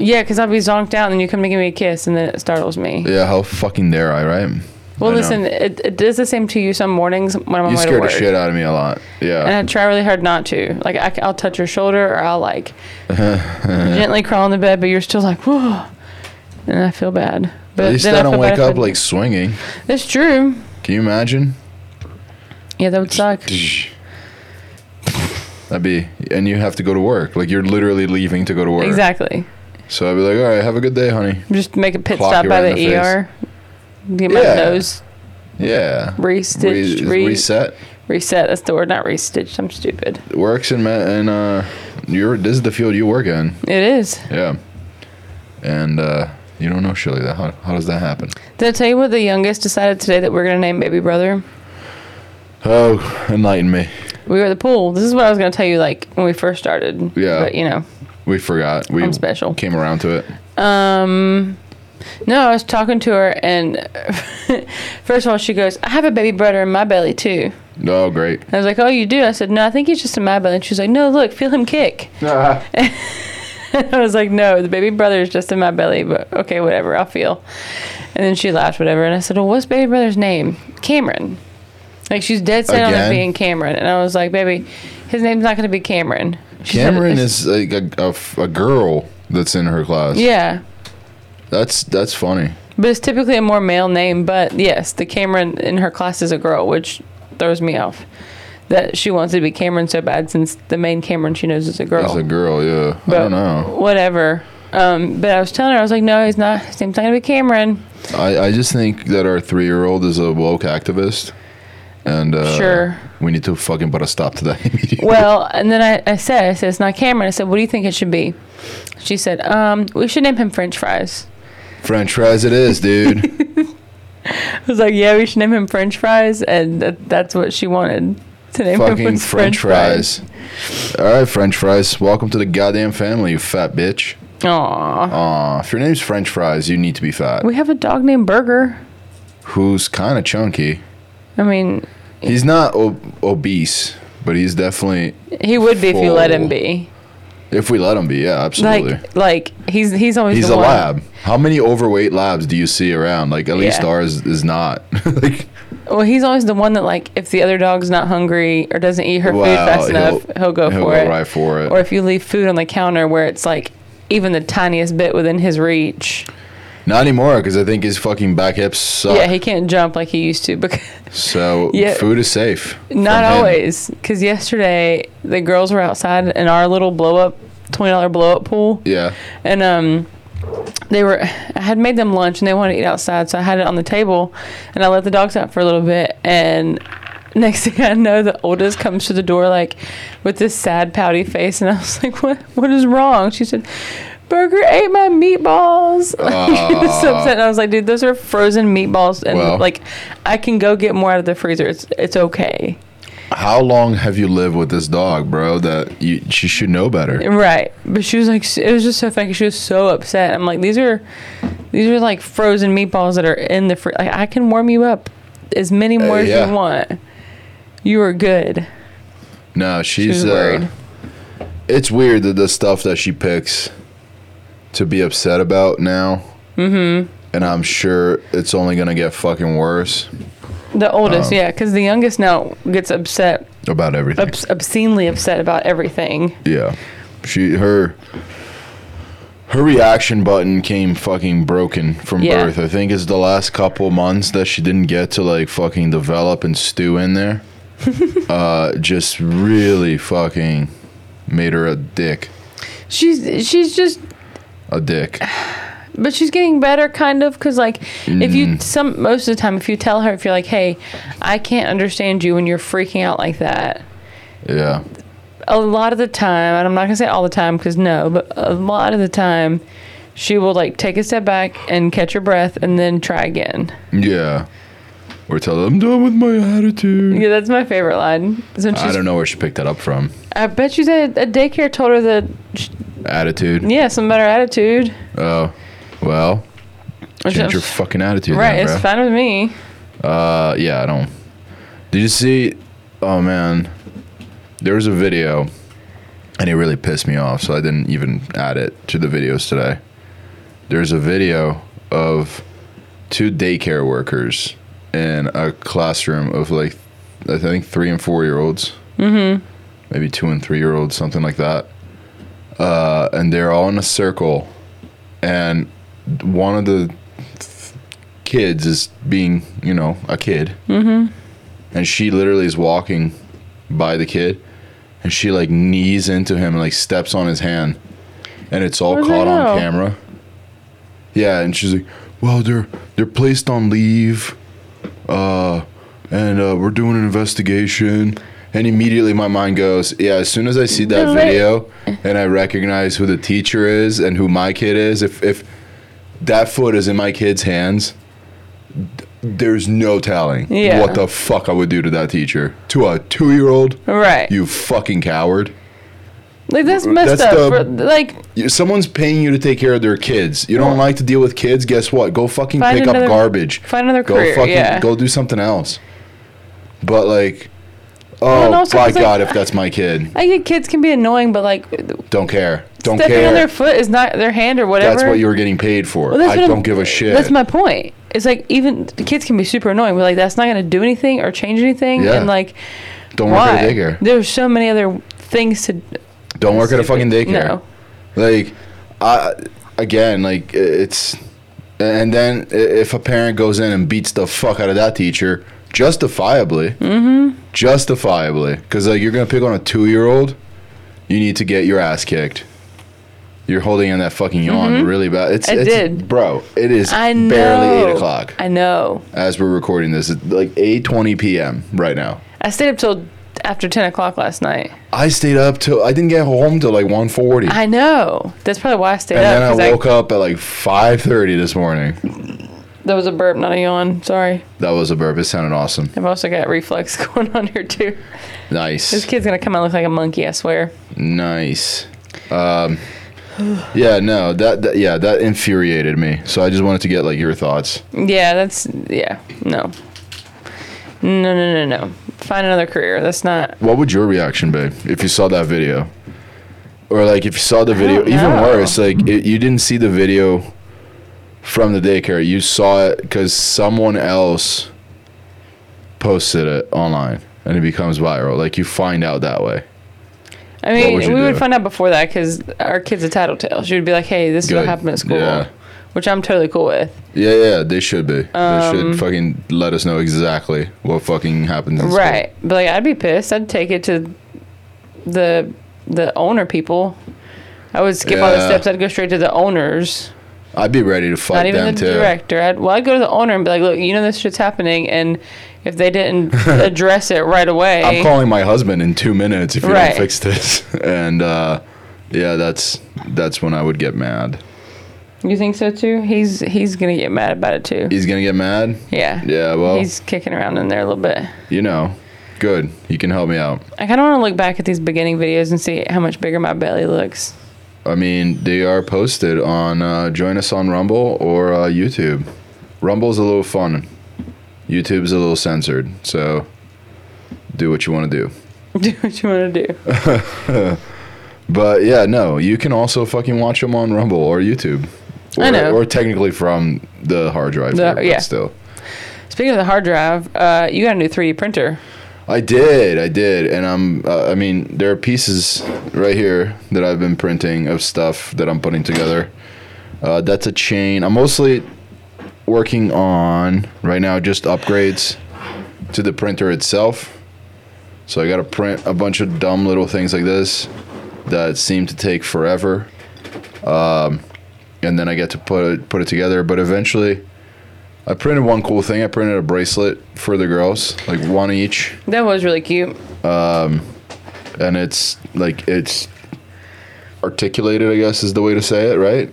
[SPEAKER 2] Yeah, cause I'll be zonked out, and you come to give me a kiss, and then it startles me.
[SPEAKER 1] yeah, how fucking dare I, right?
[SPEAKER 2] well,
[SPEAKER 1] I know.
[SPEAKER 2] listen, it, it does the same to you some mornings when I'm on
[SPEAKER 1] You
[SPEAKER 2] my way to
[SPEAKER 1] scared the
[SPEAKER 2] work.
[SPEAKER 1] shit out of me a lot. Yeah.
[SPEAKER 2] and I try really hard not to. Like I, will touch your shoulder, or I'll like gently crawl in the bed, but you're still like, whoa, and I feel bad. But
[SPEAKER 1] At least
[SPEAKER 2] then
[SPEAKER 1] I don't
[SPEAKER 2] feel bad
[SPEAKER 1] wake
[SPEAKER 2] if
[SPEAKER 1] up
[SPEAKER 2] I-
[SPEAKER 1] like swinging.
[SPEAKER 2] that's true.
[SPEAKER 1] Can you imagine?
[SPEAKER 2] Yeah, that would suck.
[SPEAKER 1] That'd be, and you have to go to work. Like you're literally leaving to go to work.
[SPEAKER 2] Exactly.
[SPEAKER 1] So I'd be like, all right, have a good day, honey.
[SPEAKER 2] Just make a pit
[SPEAKER 1] Clock
[SPEAKER 2] stop
[SPEAKER 1] you
[SPEAKER 2] by
[SPEAKER 1] right in
[SPEAKER 2] the,
[SPEAKER 1] the face.
[SPEAKER 2] ER. Get my
[SPEAKER 1] Yeah.
[SPEAKER 2] nose
[SPEAKER 1] Yeah.
[SPEAKER 2] Restitched, re-
[SPEAKER 1] reset.
[SPEAKER 2] reset. That's the word, not restitched. I'm stupid.
[SPEAKER 1] Works in ma- and uh, you're this is the field you work in.
[SPEAKER 2] It is.
[SPEAKER 1] Yeah. And uh, you don't know Shirley. That how, how does that happen?
[SPEAKER 2] Did I tell you what the youngest decided today that we're gonna name baby brother?
[SPEAKER 1] Oh, enlighten me.
[SPEAKER 2] We were at the pool. This is what I was gonna tell you like when we first started.
[SPEAKER 1] Yeah.
[SPEAKER 2] But you know.
[SPEAKER 1] We forgot. We
[SPEAKER 2] I'm special.
[SPEAKER 1] Came around to it.
[SPEAKER 2] Um, no, I was talking to her, and first of all, she goes, "I have a baby brother in my belly too."
[SPEAKER 1] Oh, great.
[SPEAKER 2] I was like, "Oh, you do?" I said, "No, I think he's just in my belly." And she's like, "No, look, feel him kick." I was like, "No, the baby brother is just in my belly, but okay, whatever, I'll feel." And then she laughed, whatever, and I said, "Well, what's baby brother's name?" Cameron. Like she's dead set on
[SPEAKER 1] Again?
[SPEAKER 2] it being Cameron, and I was like, "Baby, his name's not going to be Cameron." She said-
[SPEAKER 1] Cameron is like a, a f- a girl that's in her class.
[SPEAKER 2] Yeah,
[SPEAKER 1] That's that's funny.
[SPEAKER 2] But it's typically a more male name. But yes, the Cameron in her class is a girl, which throws me off. That she wants to be Cameron so bad since the main Cameron she knows is a girl.
[SPEAKER 1] As a girl, yeah.
[SPEAKER 2] Oh. But
[SPEAKER 1] I don't know.
[SPEAKER 2] Whatever. Um, but I was telling her, I was like, no, he's not. His name's not gonna be Cameron.
[SPEAKER 1] I, I just think that our three year old is a woke activist. And uh,
[SPEAKER 2] Sure.
[SPEAKER 1] we need to fucking put a stop to that immediately.
[SPEAKER 2] Well, and then I, I said, I said, it's not Cameron. I said, what do you think it should be? She said, um, we should name him French fries.
[SPEAKER 1] French fries it is, dude.
[SPEAKER 2] I was like, yeah, we should name him French fries, and that, that's what she wanted to name him.
[SPEAKER 1] fucking
[SPEAKER 2] was
[SPEAKER 1] French fries. All right, French fries. Welcome to the goddamn family, you fat bitch.
[SPEAKER 2] Aw,
[SPEAKER 1] Aw, if your name's French fries, you need to be fat.
[SPEAKER 2] we have a dog named Burger.
[SPEAKER 1] Who's kind of chunky.
[SPEAKER 2] I mean,
[SPEAKER 1] He's not ob- obese, but he's definitely.
[SPEAKER 2] He would be if you let him
[SPEAKER 1] Full.
[SPEAKER 2] be.
[SPEAKER 1] If we let him be, yeah, absolutely.
[SPEAKER 2] Like, like he's he's always
[SPEAKER 1] he's
[SPEAKER 2] the
[SPEAKER 1] a
[SPEAKER 2] one.
[SPEAKER 1] lab. How many overweight labs do you see around? Like at least
[SPEAKER 2] Yeah.
[SPEAKER 1] ours is not. like
[SPEAKER 2] Well, he's always the one that like if the other dog's not hungry or doesn't eat her food
[SPEAKER 1] Wow,
[SPEAKER 2] fast enough,
[SPEAKER 1] he'll-
[SPEAKER 2] he'll go
[SPEAKER 1] he'll
[SPEAKER 2] for
[SPEAKER 1] go
[SPEAKER 2] it.
[SPEAKER 1] right for it.
[SPEAKER 2] Or if you leave food on the counter where it's like even the tiniest bit within his reach,
[SPEAKER 1] not anymore because I think his fucking back hips suck.
[SPEAKER 2] yeah, he can't jump like he used to. Because
[SPEAKER 1] so
[SPEAKER 2] Yeah.
[SPEAKER 1] food is safe.
[SPEAKER 2] not
[SPEAKER 1] from him.
[SPEAKER 2] always. Because yesterday the girls were outside in our little blow up twenty dollar blow up pool.
[SPEAKER 1] Yeah.
[SPEAKER 2] and um they were i had made them lunch and they wanted to eat outside so i had it on the table and i let the dogs out for a little bit and next thing i know the oldest comes to the door like with this sad pouty face and i was like what what is wrong she said burger ate my meatballs like, she was so upset and i was like dude those are frozen meatballs and
[SPEAKER 1] Well.
[SPEAKER 2] like i can go get more out of the freezer it's it's okay
[SPEAKER 1] How long have you lived with this dog, bro? That you she should know better.
[SPEAKER 2] Right, but she was like, s- it was just so funny. 'cause She was so upset. I'm like, these are, these are like frozen meatballs that are in the fridge. Like, I can warm you up as many more as
[SPEAKER 1] yeah.
[SPEAKER 2] you want. You are good.
[SPEAKER 1] No, she's
[SPEAKER 2] was
[SPEAKER 1] uh,
[SPEAKER 2] worried.
[SPEAKER 1] It's weird that the stuff that she picks to be upset about now. Mm-hmm. And I'm sure it's only gonna get fucking worse
[SPEAKER 2] The oldest, yeah, because the youngest now gets upset,
[SPEAKER 1] about everything.
[SPEAKER 2] obs- obscenely upset about everything.
[SPEAKER 1] Yeah. She her her reaction button came fucking broken from
[SPEAKER 2] Yeah.
[SPEAKER 1] birth. I think it's the last couple months that she didn't get to like fucking develop and stew in there. uh just really fucking made her a dick.
[SPEAKER 2] She's, she's just
[SPEAKER 1] A dick.
[SPEAKER 2] but she's getting better kind of because like if you some most of the time if you tell her if you're like hey i can't understand you when you're freaking out like that
[SPEAKER 1] Yeah.
[SPEAKER 2] a lot of the time, and I'm not gonna say all the time because no, but a lot of the time, she will like take a step back and catch her breath and then try again.
[SPEAKER 1] Yeah. Or tell them I'm done with my attitude.
[SPEAKER 2] Yeah, that's my favorite line. So she's,
[SPEAKER 1] I
[SPEAKER 2] I,
[SPEAKER 1] don't know where she picked that up from.
[SPEAKER 2] bet you that a daycare told her that sh
[SPEAKER 1] Attitude.
[SPEAKER 2] yeah, some better attitude.
[SPEAKER 1] Oh. Well,
[SPEAKER 2] Or
[SPEAKER 1] change
[SPEAKER 2] she-
[SPEAKER 1] your fucking attitude.
[SPEAKER 2] right,
[SPEAKER 1] then,
[SPEAKER 2] it's
[SPEAKER 1] bro.
[SPEAKER 2] fine with me.
[SPEAKER 1] Uh, yeah, I don't. Did you see? Oh man, there was a video, and it really pissed me off. So I didn't even add it to the videos today. There's a video of two daycare workers in a classroom of like, I think three and four year olds. Mm-hmm. Maybe two and three year olds, something like that. Uh, and they're all in a circle, and one of the kids is being, you know, a kid. Mm-hmm. And she literally is walking by the kid and she like knees into him and like steps on his hand. And it's all
[SPEAKER 2] Where'd they
[SPEAKER 1] caught
[SPEAKER 2] go?
[SPEAKER 1] on camera. Yeah, and she's like, Well, they're they're placed on leave. Uh and uh, we're doing an investigation. And immediately my mind goes, Yeah, as soon as I see that
[SPEAKER 2] They're like-
[SPEAKER 1] video and I recognize who the teacher is and who my kid is, if if that foot is in my kid's hands, th- there's no telling
[SPEAKER 2] Yeah.
[SPEAKER 1] what the fuck I would do to that teacher. To a two year old,
[SPEAKER 2] Right,
[SPEAKER 1] you fucking coward.
[SPEAKER 2] like that's messed
[SPEAKER 1] that's
[SPEAKER 2] up.
[SPEAKER 1] the-
[SPEAKER 2] for, like
[SPEAKER 1] You- Someone's paying you to take care of their kids. You don't like to deal with kids. Guess what? Go fucking
[SPEAKER 2] Find
[SPEAKER 1] pick
[SPEAKER 2] another-
[SPEAKER 1] up garbage.
[SPEAKER 2] find another
[SPEAKER 1] go
[SPEAKER 2] career,
[SPEAKER 1] Fucking,
[SPEAKER 2] yeah.
[SPEAKER 1] Go do something else. But like, oh
[SPEAKER 2] Well, and also
[SPEAKER 1] my
[SPEAKER 2] it's like-
[SPEAKER 1] god, if that's my kid,
[SPEAKER 2] I get kids can be annoying, but like
[SPEAKER 1] don't care. Don't
[SPEAKER 2] stepping
[SPEAKER 1] care.
[SPEAKER 2] on their foot is not their hand or whatever.
[SPEAKER 1] that's what you were getting paid for.
[SPEAKER 2] Well,
[SPEAKER 1] I
[SPEAKER 2] what I'm-
[SPEAKER 1] don't give a shit.
[SPEAKER 2] That's my point. It's like even the kids can be super annoying, but like that's not going to do anything or change anything.
[SPEAKER 1] Yeah.
[SPEAKER 2] And like,
[SPEAKER 1] don't work
[SPEAKER 2] why?
[SPEAKER 1] at a daycare.
[SPEAKER 2] There's so many other things to.
[SPEAKER 1] Don't work at a fucking daycare.
[SPEAKER 2] No.
[SPEAKER 1] like i again like i- it's and then i- if a parent goes in and beats the fuck out of that teacher justifiably mm-hmm. justifiably because like you're gonna pick on a two-year-old you need to get your ass kicked you're holding in that fucking yawn really bad it's,
[SPEAKER 2] I
[SPEAKER 1] it's
[SPEAKER 2] Mm-hmm. did.
[SPEAKER 1] bro it is
[SPEAKER 2] I know.
[SPEAKER 1] barely 8 o'clock
[SPEAKER 2] I know.
[SPEAKER 1] as we're recording this it's like 8.20 p.m right now
[SPEAKER 2] I stayed up till after ten o'clock last night.
[SPEAKER 1] i stayed up till i didn't get home till like 1.40
[SPEAKER 2] I know. That's probably why I stayed
[SPEAKER 1] and
[SPEAKER 2] up.
[SPEAKER 1] then
[SPEAKER 2] 'cause
[SPEAKER 1] i
[SPEAKER 2] I
[SPEAKER 1] woke up at like 5.30 this morning
[SPEAKER 2] That was a burp, not a yawn. Sorry.
[SPEAKER 1] That was a burp. It sounded awesome.
[SPEAKER 2] I've also got reflex going on here too. This
[SPEAKER 1] Nice.
[SPEAKER 2] kid's gonna come out look like a monkey. I swear.
[SPEAKER 1] Nice. Um, yeah, no, that, that yeah, that infuriated me. So I just wanted to get like your thoughts.
[SPEAKER 2] Yeah, that's yeah. No. No, no, no, no. find another career. That's not.
[SPEAKER 1] What would your reaction be if you saw that video? Or like if you saw the video,
[SPEAKER 2] don't
[SPEAKER 1] even
[SPEAKER 2] know.
[SPEAKER 1] worse, like it, you didn't see the video from the daycare. You saw it because someone else posted it online, and it becomes viral. Like you find out that way.
[SPEAKER 2] I
[SPEAKER 1] What
[SPEAKER 2] mean,
[SPEAKER 1] would
[SPEAKER 2] we
[SPEAKER 1] you
[SPEAKER 2] would
[SPEAKER 1] do?
[SPEAKER 2] find out before that because our kids are tattletales. You'd be like, "Hey, this is what
[SPEAKER 1] Good.
[SPEAKER 2] happened at school,"
[SPEAKER 1] Yeah.
[SPEAKER 2] which I'm totally cool with.
[SPEAKER 1] Yeah, yeah, they should be. they
[SPEAKER 2] Um,
[SPEAKER 1] should fucking let us know exactly what fucking happens. In school.
[SPEAKER 2] Right. But like I'd be pissed. I'd take it to the the owner people. I would skip all the
[SPEAKER 1] Yeah.
[SPEAKER 2] steps. I'd go straight to the owners.
[SPEAKER 1] I'd be ready to
[SPEAKER 2] Not
[SPEAKER 1] fight
[SPEAKER 2] even the
[SPEAKER 1] them too.
[SPEAKER 2] director. I'd, well, I'd go to the owner and be like, "Look, you know this shit's happening, and if they didn't address it right away,
[SPEAKER 1] I'm calling my husband in two minutes if you
[SPEAKER 2] Right.
[SPEAKER 1] don't fix this. And uh, yeah, that's that's when I would get mad.
[SPEAKER 2] you think so too? He's he's gonna get mad about it too.
[SPEAKER 1] He's gonna get mad.
[SPEAKER 2] Yeah.
[SPEAKER 1] Yeah, well,
[SPEAKER 2] He's kicking around in there a little bit.
[SPEAKER 1] you know, good. He can help me out.
[SPEAKER 2] I kind of want to look back at these beginning videos and see how much bigger my belly looks.
[SPEAKER 1] I mean, they are posted on uh, join us on Rumble or uh, YouTube. Rumble's a little fun. YouTube's a little censored, so do what you want to do.
[SPEAKER 2] Do what you want to do.
[SPEAKER 1] But yeah, no, you can also fucking watch them on Rumble or YouTube. Or,
[SPEAKER 2] I know.
[SPEAKER 1] or technically from the hard drive.
[SPEAKER 2] The-
[SPEAKER 1] here, but
[SPEAKER 2] yeah.
[SPEAKER 1] Still.
[SPEAKER 2] Speaking of the hard drive, uh, you got a new 3D printer.
[SPEAKER 1] I did, I did, and I'm. Uh, I mean, there are pieces right here that I've been printing of stuff that I'm putting together. Uh, that's a chain. I'm mostly working on right now just upgrades to the printer itself. So I got to print a bunch of dumb little things like this that seem to take forever, um, and then I get to put it, put it together. But eventually, I printed one cool thing. I printed a bracelet for the girls, like one each
[SPEAKER 2] That was really cute.
[SPEAKER 1] and it's like it's articulated i guess is the way to say it right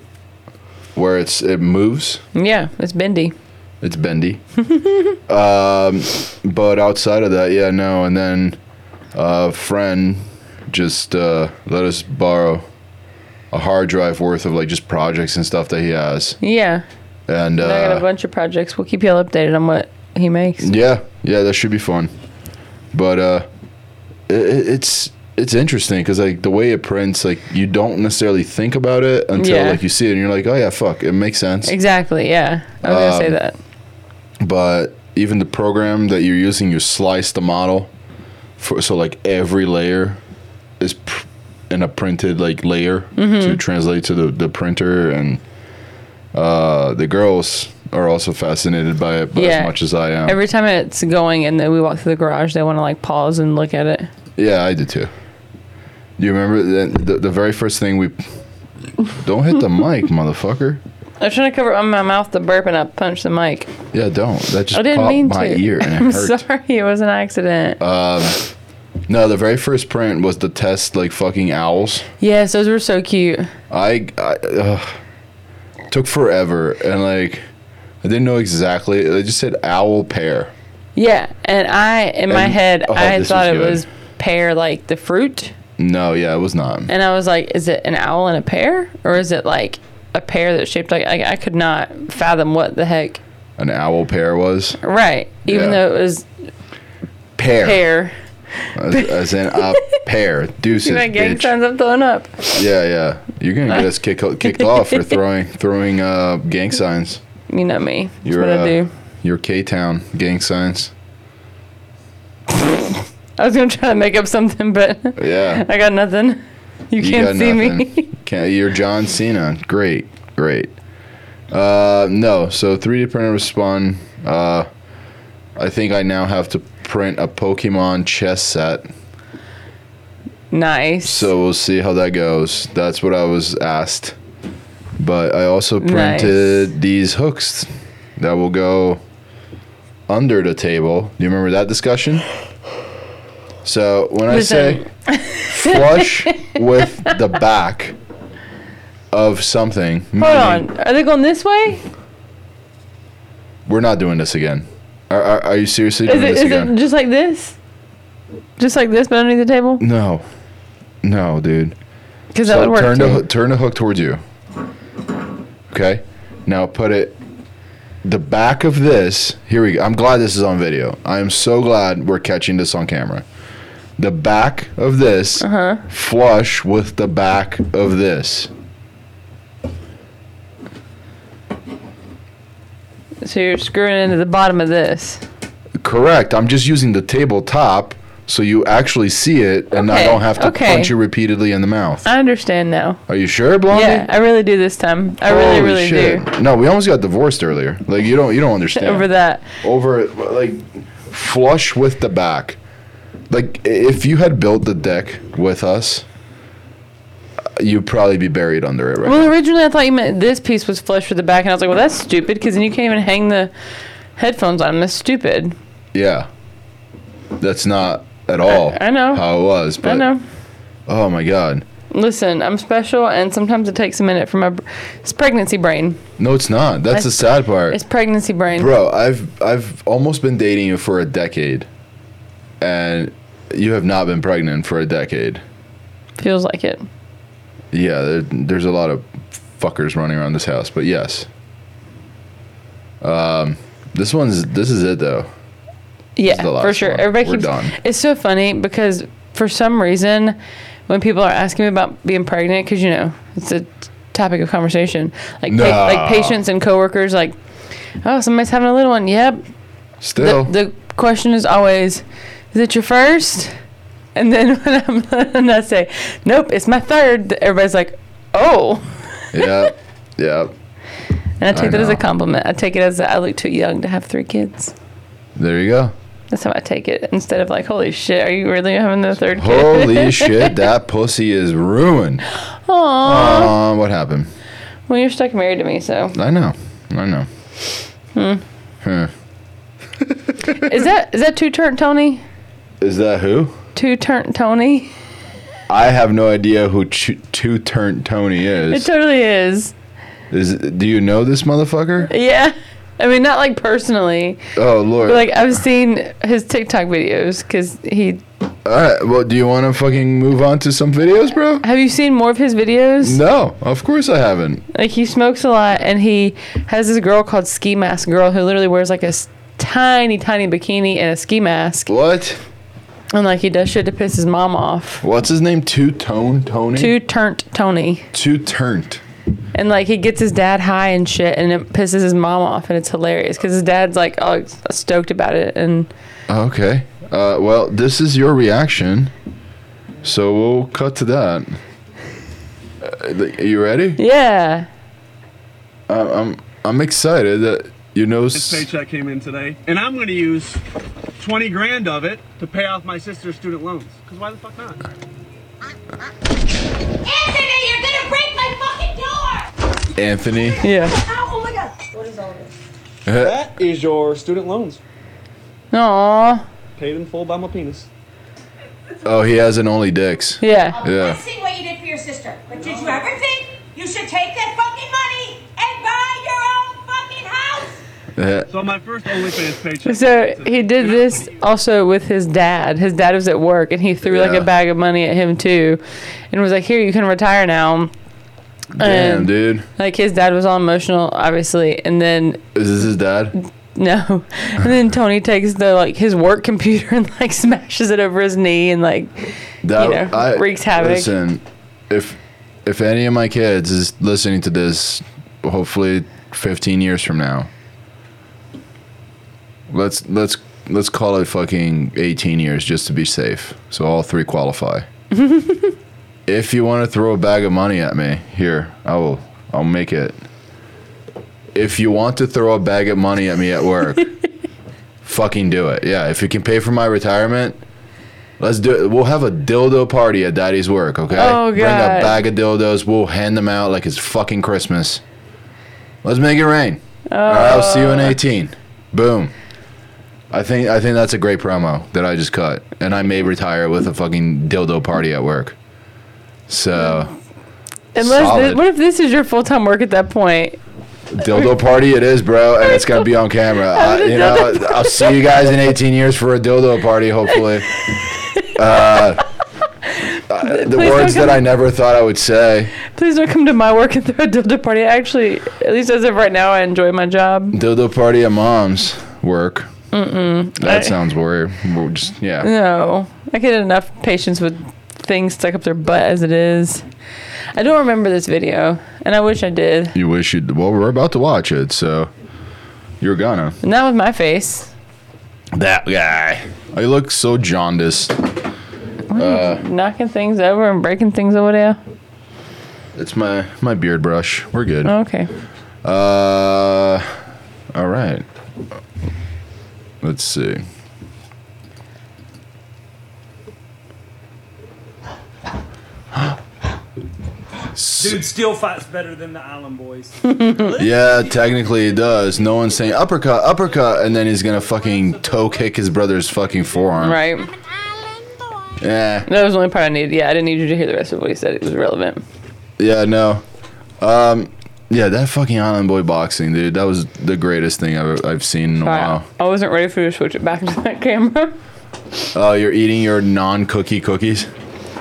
[SPEAKER 1] where it's it moves
[SPEAKER 2] Yeah, it's bendy.
[SPEAKER 1] it's bendy um, but outside of that yeah no and then uh, a friend just uh, let us borrow a hard drive worth of like just projects and stuff that he has
[SPEAKER 2] Yeah,
[SPEAKER 1] and
[SPEAKER 2] I got a
[SPEAKER 1] uh,
[SPEAKER 2] bunch of projects. We'll keep y'all updated on what he makes.
[SPEAKER 1] yeah yeah that should be fun but uh it, it- it's it's interesting because like the way it prints like you don't necessarily think about it until
[SPEAKER 2] Yeah.
[SPEAKER 1] like you see it and you're like oh yeah fuck it makes sense
[SPEAKER 2] Exactly. Yeah, I was gonna
[SPEAKER 1] Um,
[SPEAKER 2] say that.
[SPEAKER 1] but even the program that you're using you slice the model for so like every layer is pr- in a printed like layer
[SPEAKER 2] Mm-hmm.
[SPEAKER 1] to translate to the, the printer and uh the girls are also fascinated by it but
[SPEAKER 2] Yeah.
[SPEAKER 1] as much as i am
[SPEAKER 2] Every time it's going and then we walk through the garage, they want to like pause and look at it.
[SPEAKER 1] Yeah, I did too. Do you remember the, the, the very first thing we. Don't hit the mic, motherfucker.
[SPEAKER 2] I was trying to cover up my mouth the burp and I punched the mic.
[SPEAKER 1] Yeah, don't. That just
[SPEAKER 2] I Oh, didn't
[SPEAKER 1] popped
[SPEAKER 2] mean
[SPEAKER 1] my
[SPEAKER 2] to.
[SPEAKER 1] ear and it
[SPEAKER 2] I'm
[SPEAKER 1] hurt. Uh,
[SPEAKER 2] sorry, it was an accident.
[SPEAKER 1] No, the very first print was the test, like fucking owls.
[SPEAKER 2] yes, those were so cute.
[SPEAKER 1] I, I ugh, took forever and like I didn't know exactly. They just said owl pair.
[SPEAKER 2] Yeah, and I in my
[SPEAKER 1] And-
[SPEAKER 2] head
[SPEAKER 1] oh,
[SPEAKER 2] I had
[SPEAKER 1] this
[SPEAKER 2] thought
[SPEAKER 1] was
[SPEAKER 2] it
[SPEAKER 1] good.
[SPEAKER 2] was pear like the fruit,
[SPEAKER 1] No, yeah, it was not.
[SPEAKER 2] and I was like, is it an owl and a pear, or is it like a pear that's shaped like I, I could not fathom what the heck.
[SPEAKER 1] An owl pair was
[SPEAKER 2] Right, even
[SPEAKER 1] Yeah.
[SPEAKER 2] though it was
[SPEAKER 1] pair,
[SPEAKER 2] pear.
[SPEAKER 1] As, as in a pair. Deuces,
[SPEAKER 2] See my gang
[SPEAKER 1] bitch.
[SPEAKER 2] signs I'm throwing up.
[SPEAKER 1] Yeah, yeah. You're gonna get us kick, kicked off for throwing throwing uh, gang signs.
[SPEAKER 2] You know me. That's
[SPEAKER 1] You're
[SPEAKER 2] what I
[SPEAKER 1] uh,
[SPEAKER 2] do.
[SPEAKER 1] Your K Town gang signs.
[SPEAKER 2] I was gonna try to make up something, but
[SPEAKER 1] Yeah.
[SPEAKER 2] I got nothing. You,
[SPEAKER 1] You
[SPEAKER 2] can't
[SPEAKER 1] got
[SPEAKER 2] see me.
[SPEAKER 1] nothing. Can't, you're John Cena. Great, great. Uh, no, so 3D printer was fun. Uh, I think I now have to print a Pokemon chess set.
[SPEAKER 2] nice.
[SPEAKER 1] So we'll see how that goes. That's what I was asked. But I also printed these hooks that will go under the table. Do you remember that discussion? So when
[SPEAKER 2] Listen.
[SPEAKER 1] I say flush with the back of something,
[SPEAKER 2] Hold
[SPEAKER 1] meaning-
[SPEAKER 2] on. Are they going this way?
[SPEAKER 1] we're not doing this again. Are, are, are you seriously
[SPEAKER 2] Is
[SPEAKER 1] doing
[SPEAKER 2] it
[SPEAKER 1] this
[SPEAKER 2] is
[SPEAKER 1] again?
[SPEAKER 2] it just like this? Just like this, but underneath the table?
[SPEAKER 1] no, no, dude.
[SPEAKER 2] Because that would
[SPEAKER 1] Mm. So
[SPEAKER 2] work.
[SPEAKER 1] turn
[SPEAKER 2] too.
[SPEAKER 1] the hoo- turn the hook towards you. Okay. Now put it the back of this, here we go. I'm glad this is on video. I am so glad we're catching this on camera. The back of this
[SPEAKER 2] Uh-huh.
[SPEAKER 1] flush with the back of this.
[SPEAKER 2] So you're screwing into the bottom of this.
[SPEAKER 1] Correct. I'm just using the tabletop so you actually see it and I
[SPEAKER 2] Okay,
[SPEAKER 1] don't have to
[SPEAKER 2] okay.
[SPEAKER 1] punch you repeatedly in the mouth.
[SPEAKER 2] I understand now.
[SPEAKER 1] Are you sure, Blondie?
[SPEAKER 2] Yeah, I really do this time. I really,
[SPEAKER 1] Holy
[SPEAKER 2] really
[SPEAKER 1] shit.
[SPEAKER 2] do.
[SPEAKER 1] No, we almost got divorced earlier. Like you don't you don't understand.
[SPEAKER 2] Over that.
[SPEAKER 1] over like flush with the back. Like i- if you had built the deck with us, uh, you'd probably be buried under it, right?
[SPEAKER 2] Well, originally I thought you meant this piece was flush with the back, and I was like, well, that's stupid because then you can't even hang the headphones on. That's stupid.
[SPEAKER 1] yeah. That's not at all.
[SPEAKER 2] I know.
[SPEAKER 1] how it was, but
[SPEAKER 2] I know.
[SPEAKER 1] oh my god,
[SPEAKER 2] Listen, I'm special, and sometimes it takes a minute for my. Br- it's pregnancy brain.
[SPEAKER 1] no, it's not. That's
[SPEAKER 2] I-
[SPEAKER 1] the sad part,
[SPEAKER 2] It's pregnancy brain.
[SPEAKER 1] bro. I've I've almost been dating you for a decade, and you have not been pregnant for a decade.
[SPEAKER 2] Feels like it.
[SPEAKER 1] Yeah, there, there's a lot of fuckers running around this house, but yes. Um, this one's this is it though.
[SPEAKER 2] Yeah,
[SPEAKER 1] the
[SPEAKER 2] for
[SPEAKER 1] last
[SPEAKER 2] sure.
[SPEAKER 1] one.
[SPEAKER 2] Everybody
[SPEAKER 1] We're
[SPEAKER 2] keeps.
[SPEAKER 1] done.
[SPEAKER 2] It's so funny because for some reason, when people are asking me about being pregnant, because you know it's a topic of conversation, like pa-
[SPEAKER 1] Nah.
[SPEAKER 2] like patients and coworkers, like, oh, somebody's having a little one. Yep. The,
[SPEAKER 1] Still,
[SPEAKER 2] the question is always, is it your first? And then when I'm and I say, nope, it's my third. Everybody's like, oh.
[SPEAKER 1] yeah, yeah.
[SPEAKER 2] And I take
[SPEAKER 1] I
[SPEAKER 2] that as
[SPEAKER 1] know.
[SPEAKER 2] a compliment. I take it as a, I look too young to have three kids.
[SPEAKER 1] There you go.
[SPEAKER 2] That's how I take it. Instead of like, holy shit, are you really having the third kid?
[SPEAKER 1] Holy shit, that pussy is ruined.
[SPEAKER 2] Aw.
[SPEAKER 1] Uh, what happened?
[SPEAKER 2] Well, you're stuck married to me, so
[SPEAKER 1] I know, I know.
[SPEAKER 2] Hmm.
[SPEAKER 1] Huh.
[SPEAKER 2] is that is that two turn Tony?
[SPEAKER 1] Is that who?
[SPEAKER 2] Two turn Tony?
[SPEAKER 1] I have no idea who Ch- Two Turn Tony
[SPEAKER 2] It
[SPEAKER 1] is.
[SPEAKER 2] totally is.
[SPEAKER 1] is. Do you know this motherfucker?
[SPEAKER 2] Yeah, I mean not like personally,
[SPEAKER 1] Oh lord.
[SPEAKER 2] but like I've seen his TikTok videos because he.
[SPEAKER 1] All right. Well, do you want to fucking move on to some videos, bro?
[SPEAKER 2] Have you seen more of his videos?
[SPEAKER 1] No, of course I haven't.
[SPEAKER 2] Like he smokes a lot, and he has this girl called Ski Mask Girl who literally wears like a s- tiny, tiny bikini and a ski mask,
[SPEAKER 1] What?
[SPEAKER 2] and like he does shit to piss his mom off.
[SPEAKER 1] What's his name? Two Tone Tony.
[SPEAKER 2] Two turnt Tony.
[SPEAKER 1] Two Turnt.
[SPEAKER 2] And like he gets his dad high and shit, and it pisses his mom off, and it's hilarious because his dad's like all stoked about it, and
[SPEAKER 1] Okay. Uh, well, this is your reaction, so we'll cut to that. Uh, th- are you ready?
[SPEAKER 2] yeah,
[SPEAKER 1] I'm excited that you know. s-
[SPEAKER 5] This paycheck came in today, and I'm going to use 20 grand of it to pay off my sister's student loans. Because why the fuck not?
[SPEAKER 6] Anthony, you're gonna break my fucking door!
[SPEAKER 1] Anthony.
[SPEAKER 2] yeah.
[SPEAKER 6] Ow, oh my god! What is all this?
[SPEAKER 5] That is your student loans
[SPEAKER 2] Aww,
[SPEAKER 5] paid in full by my penis.
[SPEAKER 1] Oh, he has an only dicks.
[SPEAKER 2] yeah.
[SPEAKER 1] Yeah.
[SPEAKER 6] Let's see what you did for your sister. But did you ever think you should take that fucking money and buy your own fucking house?
[SPEAKER 1] Uh,
[SPEAKER 5] So my first OnlyFans paycheck.
[SPEAKER 2] So he did this also with his dad. His dad was at work, and he threw like
[SPEAKER 1] Yeah.
[SPEAKER 2] a bag of money at him too, and was like, "Here, you can retire now."
[SPEAKER 1] damn,
[SPEAKER 2] And,
[SPEAKER 1] dude.
[SPEAKER 2] Like his dad was all emotional, obviously, and then
[SPEAKER 1] Is this his dad?
[SPEAKER 2] no, and then Tony takes the like his work computer and like smashes it over his knee and like
[SPEAKER 1] That
[SPEAKER 2] You know, wreaks havoc.
[SPEAKER 1] Listen, if if any of my kids is listening to this, hopefully 15 years from now, let's let's let's call it fucking 18 years just to be safe. So all three qualify. if you want to throw a bag of money at me, here I will. I'll make it. If you want to throw a bag of money at me at work, fucking do it. Yeah, if you can pay for my retirement, Let's do it. We'll have a dildo party at Daddy's work, okay?
[SPEAKER 2] Oh,
[SPEAKER 1] Bring
[SPEAKER 2] God.
[SPEAKER 1] a bag of dildos. We'll hand them out like it's fucking Christmas. Let's make it rain. All right, I'll see you
[SPEAKER 2] Oh.
[SPEAKER 1] in 18. Boom. I think I think that's a great promo that I just cut, and I may retire with a fucking dildo party at work. So
[SPEAKER 2] Unless
[SPEAKER 1] Solid.
[SPEAKER 2] this, what if this is your full time work at that point?
[SPEAKER 1] dildo party it is, bro, and it's gonna be on camera. I, you know, I'll see you guys in 18 years for a dildo party, hopefully. Uh, the
[SPEAKER 2] Please
[SPEAKER 1] words that
[SPEAKER 2] don't come-
[SPEAKER 1] I never thought I would say.
[SPEAKER 2] Please don't come to my work and throw a dildo party. I actually, at least as of right now, I enjoy my job.
[SPEAKER 1] Dildo party at mom's work. Mm-mm. That
[SPEAKER 2] I-
[SPEAKER 1] sounds weird. We're just yeah.
[SPEAKER 2] No, I get enough patience with things stuck up their butt as it is. I don't remember this video, and I wish I did.
[SPEAKER 1] You wish you. Well, we're about to watch it, so you're gonna.
[SPEAKER 2] Not with my face.
[SPEAKER 1] That guy. I look so jaundiced.
[SPEAKER 2] Knocking things over and breaking things over there.
[SPEAKER 1] It's my my beard brush. We're good.
[SPEAKER 2] Okay.
[SPEAKER 1] Uh, all right. Let's see.
[SPEAKER 7] Dude still fights better than the Island Boys.
[SPEAKER 1] Yeah, technically it does. No one's saying uppercut, uppercut, and then he's gonna fucking toe kick his brother's fucking forearm.
[SPEAKER 2] Right.
[SPEAKER 1] Yeah.
[SPEAKER 2] That was the only part I needed. Yeah, I didn't need you to hear the rest of what he said. It was relevant.
[SPEAKER 1] Yeah. No. Um. Yeah, that fucking Island Boy boxing, dude. That was the greatest thing I've, I've seen in a
[SPEAKER 2] Wow.
[SPEAKER 1] while.
[SPEAKER 2] I wasn't ready for you to switch it back to that camera.
[SPEAKER 1] Oh, you're eating your non-cookie cookies.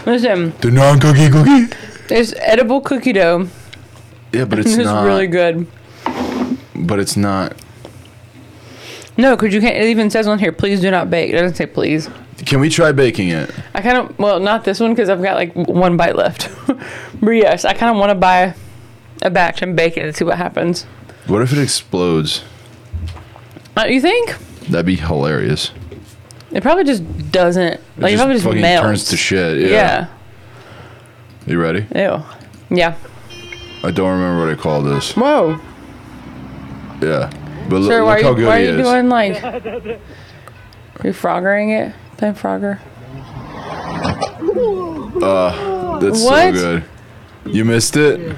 [SPEAKER 2] Listen,
[SPEAKER 1] The non-cookie cookie.
[SPEAKER 2] there's edible cookie dough.
[SPEAKER 1] Yeah, but it's
[SPEAKER 2] It's
[SPEAKER 1] not.
[SPEAKER 2] really good.
[SPEAKER 1] But it's not.
[SPEAKER 2] No, because you can't. It even says on here, please do not bake. It doesn't say please.
[SPEAKER 1] Can we try baking it?
[SPEAKER 2] I kind of well, not this one because I've got like one bite left. but yes, I kind of want to buy a batch and bake it and see what happens.
[SPEAKER 1] What if it explodes?
[SPEAKER 2] Uh, you think
[SPEAKER 1] That'd be hilarious.
[SPEAKER 2] it probably just doesn't? Like it, probably just
[SPEAKER 1] fucking
[SPEAKER 2] melts.
[SPEAKER 1] turns to shit. Yeah.
[SPEAKER 2] yeah.
[SPEAKER 1] You ready?
[SPEAKER 2] Ew. Yeah.
[SPEAKER 1] I don't remember what I call this.
[SPEAKER 2] Whoa.
[SPEAKER 1] Yeah. But
[SPEAKER 2] Sir,
[SPEAKER 1] look,
[SPEAKER 2] why
[SPEAKER 1] look
[SPEAKER 2] are
[SPEAKER 1] how
[SPEAKER 2] you,
[SPEAKER 1] good
[SPEAKER 2] why are
[SPEAKER 1] he
[SPEAKER 2] you
[SPEAKER 1] is.
[SPEAKER 2] doing like? You're froggering it, playing Frogger.
[SPEAKER 1] That's so
[SPEAKER 2] What?
[SPEAKER 1] good. You missed it?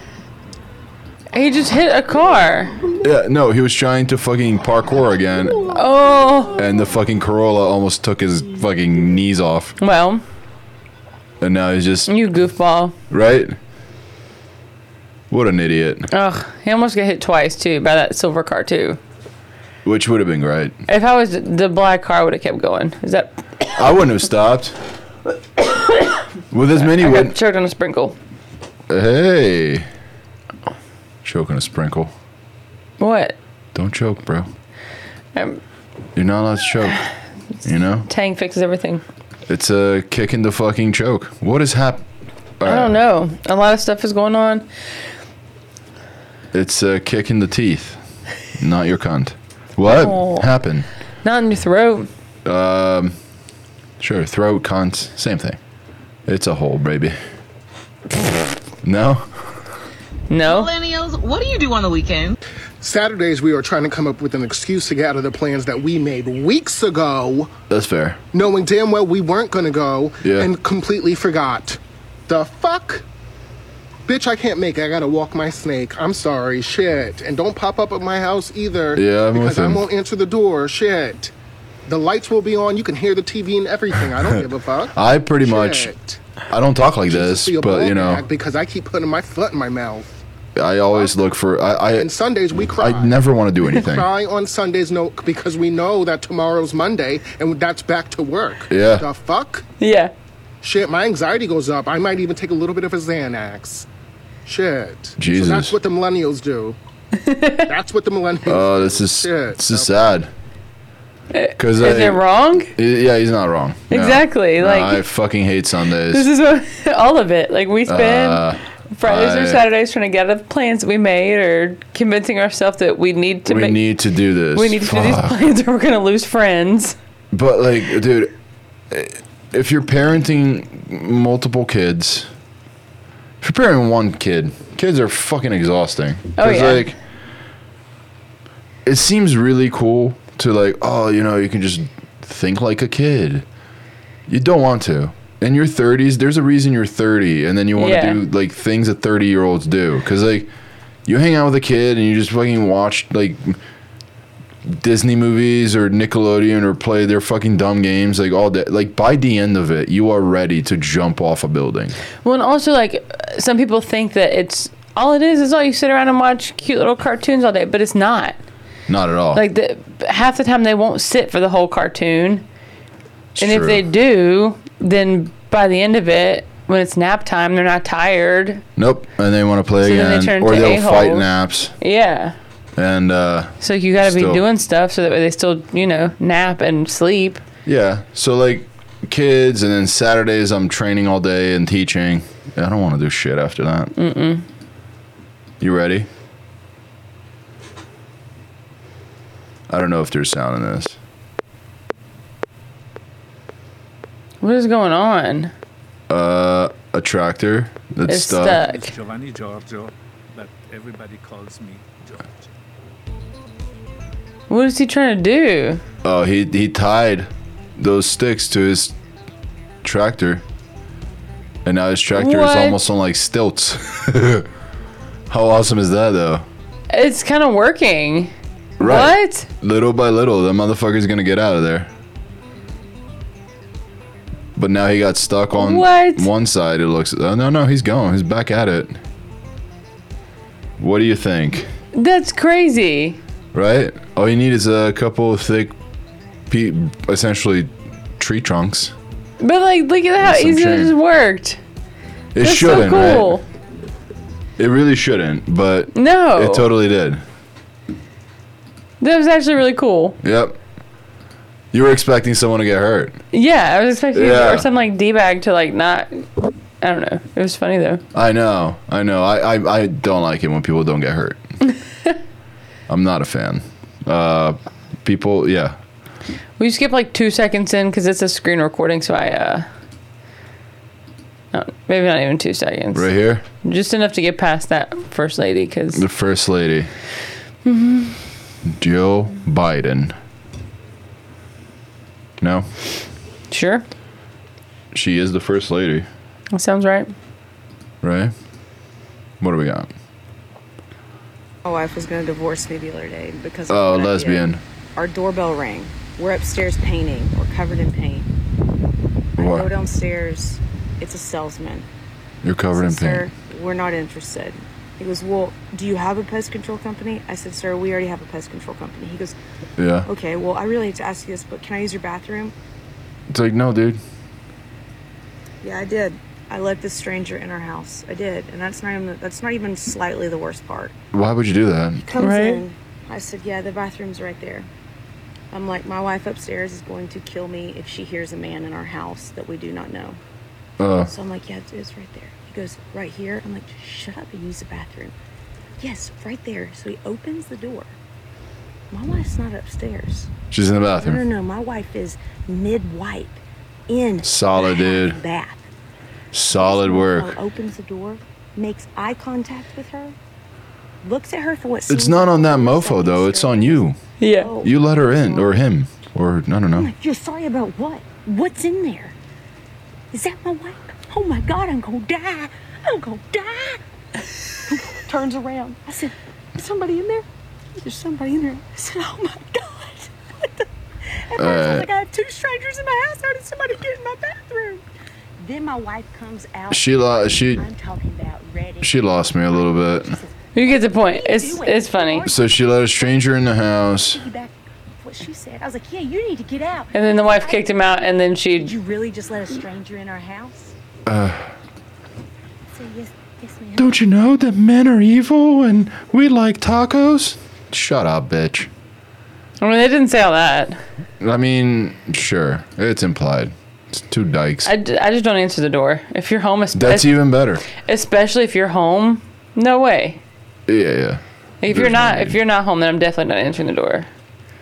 [SPEAKER 2] He just hit a car.
[SPEAKER 1] Yeah, no, he was trying to fucking parkour again,
[SPEAKER 2] Oh.
[SPEAKER 1] and the fucking Corolla almost took his fucking knees off.
[SPEAKER 2] Well,
[SPEAKER 1] And now he's just,
[SPEAKER 2] you goofball.
[SPEAKER 1] right? What an idiot.
[SPEAKER 2] Ugh, he almost got hit twice too by that silver car too.
[SPEAKER 1] Which would have been great.
[SPEAKER 2] If I was the black car, would have kept going. Is that
[SPEAKER 1] I wouldn't have stopped. With as many
[SPEAKER 2] I
[SPEAKER 1] win.
[SPEAKER 2] got choked on a sprinkle?
[SPEAKER 1] Hey. Choking a sprinkle.
[SPEAKER 2] What?
[SPEAKER 1] Don't choke, bro.
[SPEAKER 2] Um,
[SPEAKER 1] You're not allowed to choke. You know?
[SPEAKER 2] Tang fixes everything.
[SPEAKER 1] It's a kick in the fucking choke. What is hap?
[SPEAKER 2] I don't know. A lot of stuff is going on.
[SPEAKER 1] It's a kick in the teeth, not your cunt. What
[SPEAKER 2] No.
[SPEAKER 1] happened?
[SPEAKER 2] Not in your throat.
[SPEAKER 1] Sure, throat, cunt, same thing. It's a hole, baby. no?
[SPEAKER 2] No.
[SPEAKER 8] Oh. Millennials, what do you do on the weekends?
[SPEAKER 9] Saturdays, we are trying to come up with an excuse to get out of the plans that we made weeks ago,
[SPEAKER 1] That's fair.
[SPEAKER 9] knowing damn well we weren't going to go,
[SPEAKER 1] Yeah.
[SPEAKER 9] and completely forgot. The fuck? Bitch, I can't make it. I gotta walk my snake. I'm sorry. Shit. And don't pop up at my house either.
[SPEAKER 1] Yeah, I'm with
[SPEAKER 9] Because
[SPEAKER 1] him.
[SPEAKER 9] I won't answer the door. Shit. The lights will be on. You can hear the TV and everything. I don't give a fuck.
[SPEAKER 1] I pretty much,
[SPEAKER 9] Shit.
[SPEAKER 1] I don't talk like
[SPEAKER 9] Jesus,
[SPEAKER 1] this,
[SPEAKER 9] be a
[SPEAKER 1] but you
[SPEAKER 9] ball
[SPEAKER 1] know,
[SPEAKER 9] bag Because I keep putting my foot in my mouth.
[SPEAKER 1] I always look for, I, I,
[SPEAKER 9] And Sundays, we cry.
[SPEAKER 1] I never want to do anything.
[SPEAKER 9] cry on Sundays no because we know that tomorrow's Monday and that's back to work.
[SPEAKER 1] Yeah.
[SPEAKER 9] The fuck?
[SPEAKER 2] Yeah.
[SPEAKER 9] Shit, my anxiety goes up. I might even take a little bit of a Xanax. Shit.
[SPEAKER 1] Jesus.
[SPEAKER 9] So that's what the millennials do. that's what the millennials
[SPEAKER 1] Oh, this is,
[SPEAKER 9] Shit.
[SPEAKER 1] this is sad. Cause
[SPEAKER 2] Is it wrong?
[SPEAKER 1] Yeah, he's not wrong. No.
[SPEAKER 2] Exactly,
[SPEAKER 1] No,
[SPEAKER 2] like-
[SPEAKER 1] I fucking hate Sundays.
[SPEAKER 2] This is what, all of it. Like we spend
[SPEAKER 1] Uh,
[SPEAKER 2] Fridays
[SPEAKER 1] I-
[SPEAKER 2] or Saturdays trying to get out of plans that we made, or convincing ourselves that we need to
[SPEAKER 1] we
[SPEAKER 2] make.
[SPEAKER 1] need to do this.
[SPEAKER 2] we need to do these
[SPEAKER 1] Fuck.
[SPEAKER 2] plans, or we're gonna lose friends.
[SPEAKER 1] But like, dude, if you're parenting multiple kids, if you're parenting one kid, kids are fucking exhausting.
[SPEAKER 2] Oh,
[SPEAKER 1] 'Cause,
[SPEAKER 2] yeah.
[SPEAKER 1] Like, it seems really cool to like, oh, you know, you can just think like a kid. You don't want to. In your 30s, there's a reason you're 30, and then you want to
[SPEAKER 2] Yeah.
[SPEAKER 1] do like things that 30 year olds do, because like, you hang out with a kid and you just fucking watch like Disney movies or Nickelodeon or play their fucking dumb games like all day. Like by the end of it, you are ready to jump off a building.
[SPEAKER 2] Well, and also like some people think that it's all it is is all you sit around and watch cute little cartoons all day, but it's not.
[SPEAKER 1] Not at all.
[SPEAKER 2] Like the, half the time they won't sit for the whole cartoon.
[SPEAKER 1] It's
[SPEAKER 2] and if
[SPEAKER 1] true.
[SPEAKER 2] they do, then by the end of it, when it's nap time, they're not tired.
[SPEAKER 1] Nope. And they want to play
[SPEAKER 2] So then they
[SPEAKER 1] again,
[SPEAKER 2] turn
[SPEAKER 1] or
[SPEAKER 2] into
[SPEAKER 1] they'll fight
[SPEAKER 2] a-holes.
[SPEAKER 1] naps.
[SPEAKER 2] Yeah.
[SPEAKER 1] And uh,
[SPEAKER 2] So you got to be
[SPEAKER 1] Still.
[SPEAKER 2] doing stuff so that way they still, you know, nap and sleep.
[SPEAKER 1] yeah, so like kids, and then Saturdays I'm training all day and teaching. I don't want to do shit after that. Mm-mm. You ready? I don't know if there's sound in this.
[SPEAKER 2] What is going on?
[SPEAKER 1] A tractor that's
[SPEAKER 2] It's
[SPEAKER 1] stuck.
[SPEAKER 2] stuck.
[SPEAKER 10] It's Giovanni Giorgio, but everybody calls me Giorgio.
[SPEAKER 2] What is he trying to do?
[SPEAKER 1] Oh, he he tied those sticks to his tractor, and now his tractor is
[SPEAKER 2] What?
[SPEAKER 1] almost on like stilts. How awesome is that, though?
[SPEAKER 2] It's kind of working. What?
[SPEAKER 1] Little by little, that motherfucker's gonna get out of there. But now he got stuck on
[SPEAKER 2] What?
[SPEAKER 1] one side. It looks. Oh, no, no, he's gone. He's back at it. What do you think?
[SPEAKER 2] That's crazy.
[SPEAKER 1] Right? All you need is a couple of thick, pe- essentially, tree trunks.
[SPEAKER 2] But like, look at how
[SPEAKER 1] That's some
[SPEAKER 2] easy it
[SPEAKER 1] shame.
[SPEAKER 2] just worked.
[SPEAKER 1] It
[SPEAKER 2] That's so
[SPEAKER 1] shouldn't, right?
[SPEAKER 2] cool.
[SPEAKER 1] It really shouldn't, but
[SPEAKER 2] No,
[SPEAKER 1] it totally did.
[SPEAKER 2] that was actually really cool.
[SPEAKER 1] Yep. You were expecting someone to get hurt.
[SPEAKER 2] Yeah, I was expecting
[SPEAKER 1] Yeah.
[SPEAKER 2] or some like d bag to like not. I don't know. It was funny though.
[SPEAKER 1] I know. I know. I, I, I don't like it when people don't get hurt. I'm not a fan. Uh, people, yeah.
[SPEAKER 2] We skip like two seconds in because it's a screen recording, so I uh, no, maybe not even two seconds,
[SPEAKER 1] Right here,
[SPEAKER 2] just enough to get past that first lady because
[SPEAKER 1] the first lady, Joe Biden. No,
[SPEAKER 2] sure,
[SPEAKER 1] she is the first lady,
[SPEAKER 2] that sounds right.
[SPEAKER 1] right? What do we got?
[SPEAKER 11] My wife was going to divorce me the other day because of
[SPEAKER 1] Oh,
[SPEAKER 11] what I did.
[SPEAKER 1] lesbian.
[SPEAKER 11] Our doorbell rang. We're upstairs painting. We're covered in paint. I go
[SPEAKER 1] What?
[SPEAKER 11] downstairs. It's a salesman.
[SPEAKER 1] You're covered in
[SPEAKER 11] said,
[SPEAKER 1] paint.
[SPEAKER 11] Sir, we're not interested. He goes, well, do you have a pest control company? I said, sir, we already have a pest control company. He goes,
[SPEAKER 1] Yeah.
[SPEAKER 11] okay, well, I really hate to ask you this, but can I use your bathroom?
[SPEAKER 1] It's like, no, dude.
[SPEAKER 11] Yeah, I did. I let this stranger in our house. I did, and that's not even that's not even slightly the worst part.
[SPEAKER 1] Why would you do that?
[SPEAKER 11] comes
[SPEAKER 2] Right.
[SPEAKER 11] in. I said, "Yeah, the bathroom's right there." I'm like, "My wife upstairs is going to kill me if she hears a man in our house that we do not know."
[SPEAKER 1] Uh,
[SPEAKER 11] So I'm like, "Yeah, it's, it's right there." He goes, "Right here." I'm like, "Just "Shut up and use the bathroom." Yes, right there. So he opens the door. My wife's not upstairs.
[SPEAKER 1] she's in the
[SPEAKER 11] No, no,
[SPEAKER 1] bathroom.
[SPEAKER 11] no. My wife is mid-wipe in
[SPEAKER 1] Solid,
[SPEAKER 11] the
[SPEAKER 1] dude.
[SPEAKER 11] bath.
[SPEAKER 1] Solid work.
[SPEAKER 11] Mofo opens the door, makes eye contact with her, looks at her for what
[SPEAKER 1] It's
[SPEAKER 11] seems
[SPEAKER 1] not
[SPEAKER 11] like
[SPEAKER 1] on that
[SPEAKER 11] a
[SPEAKER 1] mofo
[SPEAKER 11] second
[SPEAKER 1] though. It's
[SPEAKER 11] straight.
[SPEAKER 1] on you.
[SPEAKER 2] Yeah,
[SPEAKER 11] Oh.
[SPEAKER 1] You let her in, or him, or I don't
[SPEAKER 11] I'm
[SPEAKER 1] know.
[SPEAKER 11] like, you're sorry about what? What's in there? Is that my wife? Oh my God, I'm gonna die. I'm gonna die. Turns around. I said, is somebody in there? There's somebody in there. I said, oh my God. At first, I was
[SPEAKER 1] Alright.
[SPEAKER 11] like, I had two strangers in my house. How did somebody get in my bathroom? Then my wife comes out.
[SPEAKER 1] She lo- she
[SPEAKER 11] I'm talking about ready.
[SPEAKER 1] she lost me a little bit.
[SPEAKER 2] you get the point. It's it's funny.
[SPEAKER 1] So she let a stranger in the house.
[SPEAKER 11] back what she said. I was like, yeah, you need to get out.
[SPEAKER 2] And then the wife kicked him out, and then
[SPEAKER 11] Did
[SPEAKER 2] she.
[SPEAKER 11] you really just let a stranger in our house? Uh. So yes, yes, ma'am.
[SPEAKER 1] Don't you know that men are evil and we like tacos? Shut up, bitch.
[SPEAKER 2] I mean, they didn't say all that.
[SPEAKER 1] I mean, sure, it's implied. It's two dykes.
[SPEAKER 2] I, d- I just don't answer the door. If you're home, espe-
[SPEAKER 1] That's even better.
[SPEAKER 2] especially if you're home, no way.
[SPEAKER 1] Yeah, yeah.
[SPEAKER 2] If
[SPEAKER 1] There's
[SPEAKER 2] you're
[SPEAKER 1] no
[SPEAKER 2] not,
[SPEAKER 1] need.
[SPEAKER 2] if you're not home, then I'm definitely not answering the door.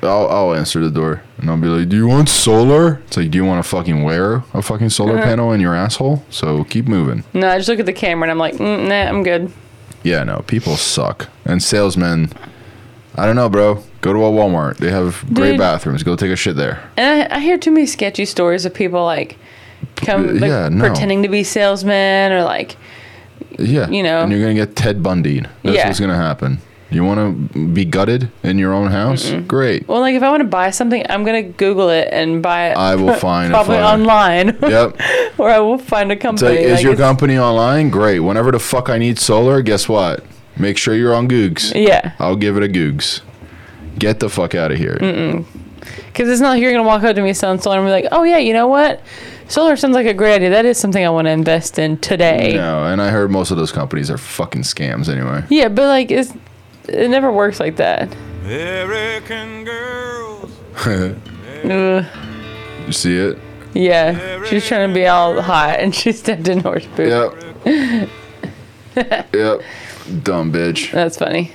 [SPEAKER 1] I'll, I'll answer the door and I'll be like, "Do you want solar?" It's like, "Do you want to fucking wear a fucking solar
[SPEAKER 2] Uh-huh.
[SPEAKER 1] panel in your asshole?" So keep moving.
[SPEAKER 2] No, I just look at the camera and I'm like, mm, nah, I'm good.
[SPEAKER 1] Yeah, no, people suck. And salesmen, I don't know, bro. Go to a Walmart. They have great
[SPEAKER 2] Dude.
[SPEAKER 1] bathrooms. Go take a shit there.
[SPEAKER 2] And I, I hear too many sketchy stories of people like
[SPEAKER 1] Uh,
[SPEAKER 2] come like,
[SPEAKER 1] yeah, no.
[SPEAKER 2] pretending to be salesmen or like
[SPEAKER 1] Yeah.
[SPEAKER 2] You know.
[SPEAKER 1] And you're going to get Ted Bundy. That's
[SPEAKER 2] Yeah.
[SPEAKER 1] what's going to happen. You want to be gutted in your own house? Great.
[SPEAKER 2] well, like if I want to buy something, I'm gonna Google it and buy it.
[SPEAKER 1] I will find a
[SPEAKER 2] probably
[SPEAKER 1] photo.
[SPEAKER 2] online.
[SPEAKER 1] Yep.
[SPEAKER 2] or I will find a
[SPEAKER 1] It's like,
[SPEAKER 2] company.
[SPEAKER 1] is
[SPEAKER 2] like,
[SPEAKER 1] your
[SPEAKER 2] it's-
[SPEAKER 1] company online? Great. Whenever the fuck I need solar, guess what? Make sure you're on Googs.
[SPEAKER 2] Yeah.
[SPEAKER 1] I'll give it a Googs. Get the fuck out of here.
[SPEAKER 2] Because it's not like you're going to walk up to me, selling solar, and be like, oh, yeah, you know what? Solar sounds like a great idea. That is something I want to invest in today.
[SPEAKER 1] No, and I heard most of those companies are fucking scams anyway.
[SPEAKER 2] Yeah, but like, it's, it never works like that. Ugh.
[SPEAKER 1] you see it?
[SPEAKER 2] Yeah, she's trying to be all hot, and she stepped in horse poop. Yep.
[SPEAKER 1] Yep. Dumb bitch.
[SPEAKER 2] That's funny.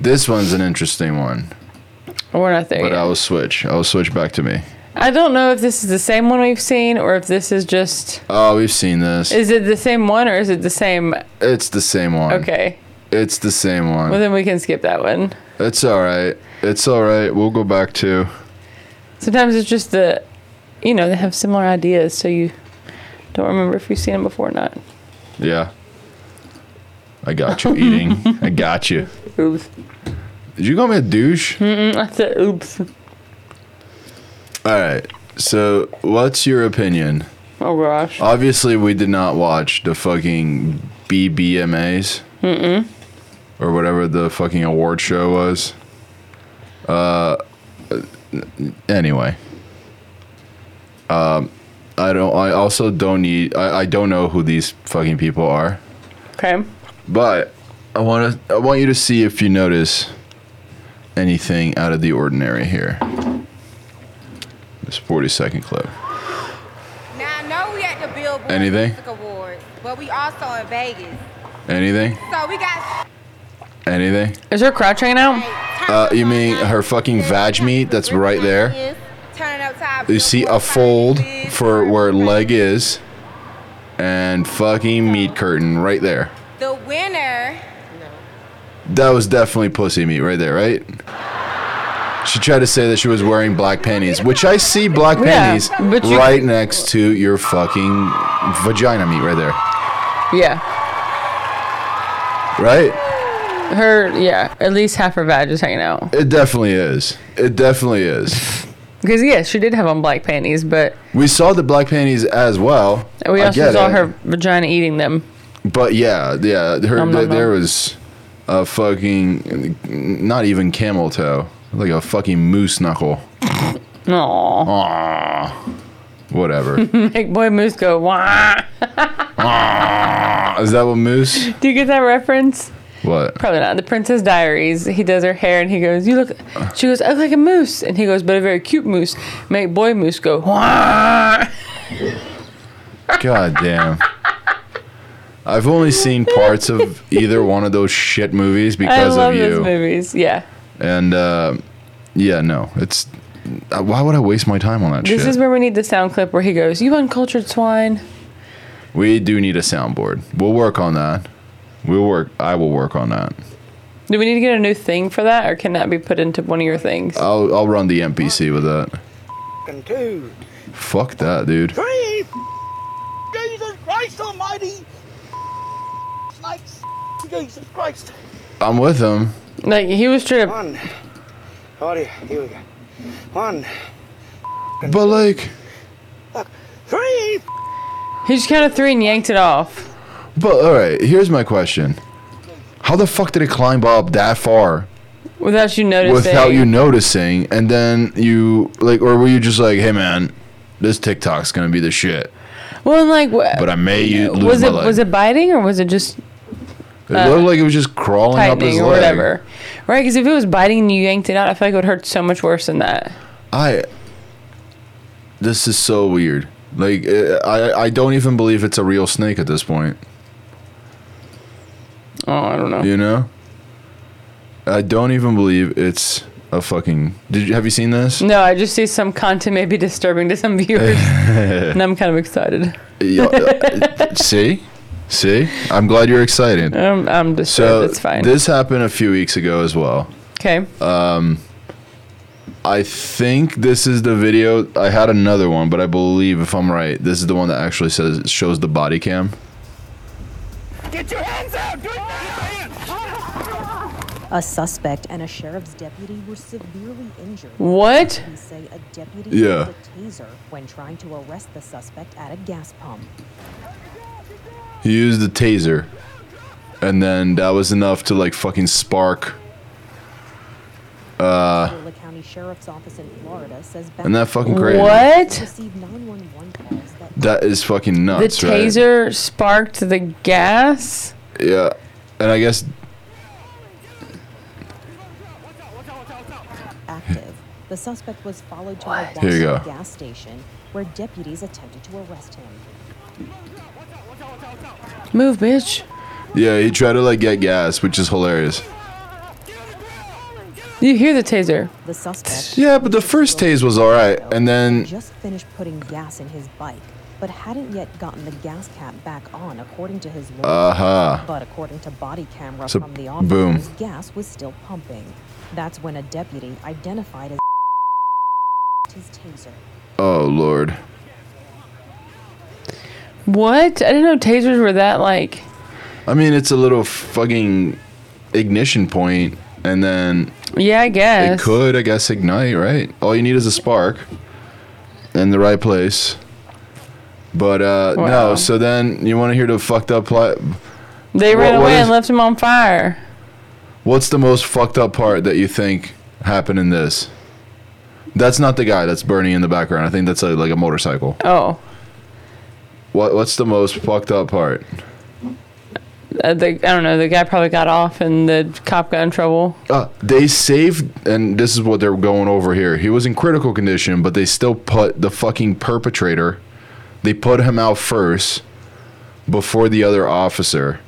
[SPEAKER 1] This one's an interesting one,
[SPEAKER 2] We're not there
[SPEAKER 1] but
[SPEAKER 2] yet.
[SPEAKER 1] I will switch. I will switch back to me.
[SPEAKER 2] I don't know if this is the same one we've seen or if this is just.
[SPEAKER 1] Oh, we've seen this.
[SPEAKER 2] Is it the same one or is it the same?
[SPEAKER 1] It's the same one.
[SPEAKER 2] Okay.
[SPEAKER 1] It's the same one.
[SPEAKER 2] Well, then we can skip that one.
[SPEAKER 1] It's all right. It's all right. We'll go back to.
[SPEAKER 2] Sometimes it's just the, you know, they have similar ideas, so you don't remember if you've seen them before or not.
[SPEAKER 1] Yeah. I got you eating. I got you.
[SPEAKER 2] Oops.
[SPEAKER 1] Did you call me a douche?
[SPEAKER 2] Mm-mm, I said oops.
[SPEAKER 1] All right. So, what's your opinion?
[SPEAKER 2] Oh gosh.
[SPEAKER 1] Obviously, we did not watch the fucking BBMAs
[SPEAKER 2] Mm-mm.
[SPEAKER 1] or whatever the fucking award show was. Uh, anyway. Um, I don't. I also don't need. I, I don't know who these fucking people are.
[SPEAKER 2] Okay.
[SPEAKER 1] But I want to. I want you to see if you notice anything out of the ordinary here. This forty-second clip.
[SPEAKER 12] Now I know we at the Billboard
[SPEAKER 1] Anything?
[SPEAKER 12] Music Awards, but we also in Vegas.
[SPEAKER 1] Anything?
[SPEAKER 12] So we got
[SPEAKER 1] Anything?
[SPEAKER 2] Is her crotch hanging out?
[SPEAKER 1] Uh, you mean her fucking vag meat that's right there?
[SPEAKER 12] turning up top.
[SPEAKER 1] You see a fold for where leg is, and fucking meat curtain right there.
[SPEAKER 12] The winner.
[SPEAKER 1] That was definitely pussy meat right there, right? She tried to say that she was wearing black panties, which I see black
[SPEAKER 2] Yeah,
[SPEAKER 1] panties
[SPEAKER 2] but you-
[SPEAKER 1] right next to your fucking vagina meat right there,
[SPEAKER 2] Yeah.
[SPEAKER 1] right?
[SPEAKER 2] Her, yeah, at least half her vag is hanging out.
[SPEAKER 1] It definitely is. It definitely is.
[SPEAKER 2] Because, yeah, she did have on black panties, but
[SPEAKER 1] We saw the black panties as well.
[SPEAKER 2] we
[SPEAKER 1] I
[SPEAKER 2] also
[SPEAKER 1] get
[SPEAKER 2] saw
[SPEAKER 1] it.
[SPEAKER 2] her vagina eating them.
[SPEAKER 1] But yeah, yeah, her,
[SPEAKER 2] Nom, nom,
[SPEAKER 1] th- there
[SPEAKER 2] nom.
[SPEAKER 1] was a fucking, not even camel toe, like a fucking moose knuckle.
[SPEAKER 2] Aww.
[SPEAKER 1] Aww. Whatever.
[SPEAKER 2] Make boy moose go, wah.
[SPEAKER 1] Aww. Is that what moose?
[SPEAKER 2] Do you get that reference?
[SPEAKER 1] What?
[SPEAKER 2] Probably not. The Princess Diaries. He does her hair and he goes, You look, she goes, I look like a moose. And he goes, But a very cute moose. Make boy moose go, wah.
[SPEAKER 1] God damn. I've only seen parts of either one of those shit movies because
[SPEAKER 2] I love
[SPEAKER 1] of
[SPEAKER 2] those
[SPEAKER 1] you.
[SPEAKER 2] movies. Yeah.
[SPEAKER 1] And uh, yeah, no, it's. uh, Why would I waste my time on that
[SPEAKER 2] This
[SPEAKER 1] shit?
[SPEAKER 2] is where we need the sound clip where he goes, You uncultured swine.
[SPEAKER 1] we do need a soundboard. We'll work on that. We'll work. I will work on that.
[SPEAKER 2] Do we need to get a new thing for that or can that be put into one of your things?
[SPEAKER 1] I'll I'll run the NPC with that. Fuck that, dude.
[SPEAKER 13] Three. Jesus Christ Almighty. Snipes. Jesus Christ.
[SPEAKER 1] I'm with him.
[SPEAKER 2] Like, he was straight up.
[SPEAKER 13] One. Audio. Here we go. One.
[SPEAKER 1] But like,
[SPEAKER 13] Three.
[SPEAKER 2] He just counted three and yanked it off.
[SPEAKER 1] but all right. Here's my question: How the fuck did it climb up that far
[SPEAKER 2] Without you noticing.
[SPEAKER 1] without you noticing? And then you like, or were you just like, hey man, this TikTok's gonna be the shit?
[SPEAKER 2] Well, and like, wha-
[SPEAKER 1] But I may u- lose
[SPEAKER 2] was
[SPEAKER 1] my
[SPEAKER 2] it
[SPEAKER 1] leg.
[SPEAKER 2] was it biting or was it just
[SPEAKER 1] it looked like it was just crawling up his
[SPEAKER 2] tightening or
[SPEAKER 1] leg.
[SPEAKER 2] whatever? Right? Because if it was biting and you yanked it out, I feel like it would hurt so much worse than that.
[SPEAKER 1] I. This is so weird. Like uh, I, I don't even believe it's a real snake at this point.
[SPEAKER 2] Oh, I don't know.
[SPEAKER 1] You know. I don't even believe it's a fucking. Did you have you seen this?
[SPEAKER 2] No, I just see some content may be disturbing to some viewers, and I'm kind of excited.
[SPEAKER 1] Yeah, uh, see, see. I'm glad you're excited.
[SPEAKER 2] I'm, I'm disturbed.
[SPEAKER 1] so
[SPEAKER 2] Uh, it's fine.
[SPEAKER 1] this happened a few weeks ago as well.
[SPEAKER 2] okay.
[SPEAKER 1] Um, I think this is the video. I had another one, but I believe if I'm right, this is the one that actually says shows the body cam.
[SPEAKER 13] Get your hands out. Do it now.
[SPEAKER 14] A suspect and a sheriff's deputy were severely injured.
[SPEAKER 2] What?
[SPEAKER 14] Police say a deputy
[SPEAKER 1] Yeah.
[SPEAKER 14] used a taser when trying to arrest the suspect at a gas pump.
[SPEAKER 1] He used the taser, and then that was enough to like fucking spark. Uh,
[SPEAKER 14] County Sheriff's Office in Florida says
[SPEAKER 1] Isn't that fucking crazy?
[SPEAKER 2] What?
[SPEAKER 14] received 911 calls that
[SPEAKER 1] That is fucking nuts.
[SPEAKER 2] the
[SPEAKER 1] right?
[SPEAKER 2] taser sparked the gas.
[SPEAKER 1] Yeah, and I guess
[SPEAKER 14] active. The suspect was followed to a
[SPEAKER 1] Here you
[SPEAKER 14] Boston
[SPEAKER 1] go.
[SPEAKER 14] gas station where deputies attempted to arrest him.
[SPEAKER 2] Move, bitch.
[SPEAKER 1] yeah, he tried to like get gas, which is hilarious.
[SPEAKER 2] You hear the taser.
[SPEAKER 14] The suspect
[SPEAKER 1] Yeah, but the first tase was all right, and then
[SPEAKER 14] just finished putting gas in his bike, but hadn't yet gotten the gas cap back on, according to his lawyer.
[SPEAKER 1] Uh-huh.
[SPEAKER 14] But according to body camera
[SPEAKER 1] So,
[SPEAKER 14] from the office,
[SPEAKER 1] boom.
[SPEAKER 14] gas was still pumping. That's when a deputy identified as his taser.
[SPEAKER 1] oh lord,
[SPEAKER 2] What? I didn't know tasers were that like.
[SPEAKER 1] I mean it's a little fucking ignition point, and then
[SPEAKER 2] Yeah, I guess.
[SPEAKER 1] It could, I guess, ignite, right? All you need is a spark in the right place. But uh,
[SPEAKER 2] Wow.
[SPEAKER 1] no, so then you want to hear the fucked up plot.
[SPEAKER 2] They
[SPEAKER 1] What-
[SPEAKER 2] ran
[SPEAKER 1] what
[SPEAKER 2] away
[SPEAKER 1] is-
[SPEAKER 2] and left him on fire.
[SPEAKER 1] What's the most fucked up part that you think happened in this? That's not the guy that's burning in the background. I think that's a, like a motorcycle.
[SPEAKER 2] Oh,
[SPEAKER 1] What What's the most fucked up part?
[SPEAKER 2] uh, the, I don't know. The guy probably got off and the cop got in trouble.
[SPEAKER 1] Uh, they saved, and this is what they're going over here. He was in critical condition, but they still put the fucking perpetrator. They put him out first before the other officer.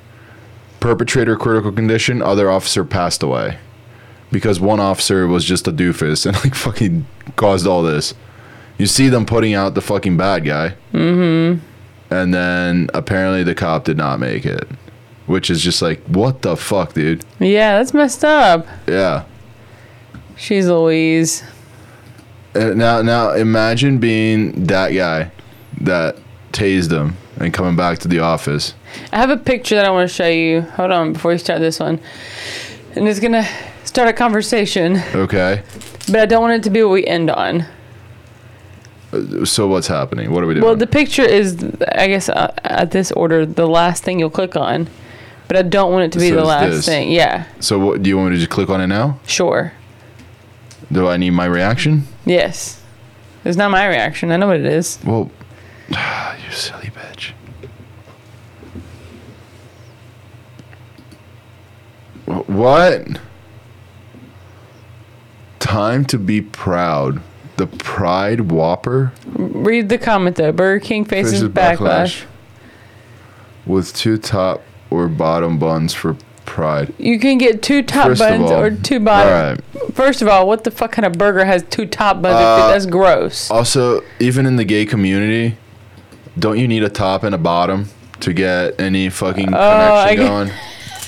[SPEAKER 1] Perpetrator critical condition, other officer passed away. Because one officer was just a doofus and like fucking caused all this. You see them putting out the fucking bad guy.
[SPEAKER 2] Mm
[SPEAKER 1] And then apparently the cop did not make it. Which is just like, what the fuck, dude?
[SPEAKER 2] hmm. Yeah, that's messed up.
[SPEAKER 1] Yeah.
[SPEAKER 2] She's Louise.
[SPEAKER 1] Uh, now now imagine being that guy that tased him and coming back to the office
[SPEAKER 2] I have a picture that I want to show you. Hold on before you start this one. And it's going to start a conversation,
[SPEAKER 1] okay
[SPEAKER 2] but I don't want it to be what we end on.
[SPEAKER 1] Uh, so what's happening what are we doing
[SPEAKER 2] Well, the picture is, I guess, uh, at this order, the last thing you'll click on, but I don't want it to be
[SPEAKER 1] So
[SPEAKER 2] the
[SPEAKER 1] it's
[SPEAKER 2] last
[SPEAKER 1] this.
[SPEAKER 2] thing. Yeah,
[SPEAKER 1] so what do you want me to just click on it now
[SPEAKER 2] sure.
[SPEAKER 1] do i need my reaction
[SPEAKER 2] Yes. It's not my reaction. I know what it is.
[SPEAKER 1] Well, you silly bitch. Wh- what time to be proud the pride whopper
[SPEAKER 2] Read the comment though. Burger King faces,
[SPEAKER 1] Faces
[SPEAKER 2] backlash.
[SPEAKER 1] backlash. with two top or bottom buns for pride
[SPEAKER 2] You can get two top
[SPEAKER 1] First of
[SPEAKER 2] buns
[SPEAKER 1] all-
[SPEAKER 2] or two bottom.
[SPEAKER 1] all
[SPEAKER 2] First of all, what the fuck kind of burger has two top buns?
[SPEAKER 1] Uh,
[SPEAKER 2] That's gross.
[SPEAKER 1] Also, even in the gay community, don't you need a top and a bottom to get any fucking
[SPEAKER 2] Oh, I
[SPEAKER 1] connection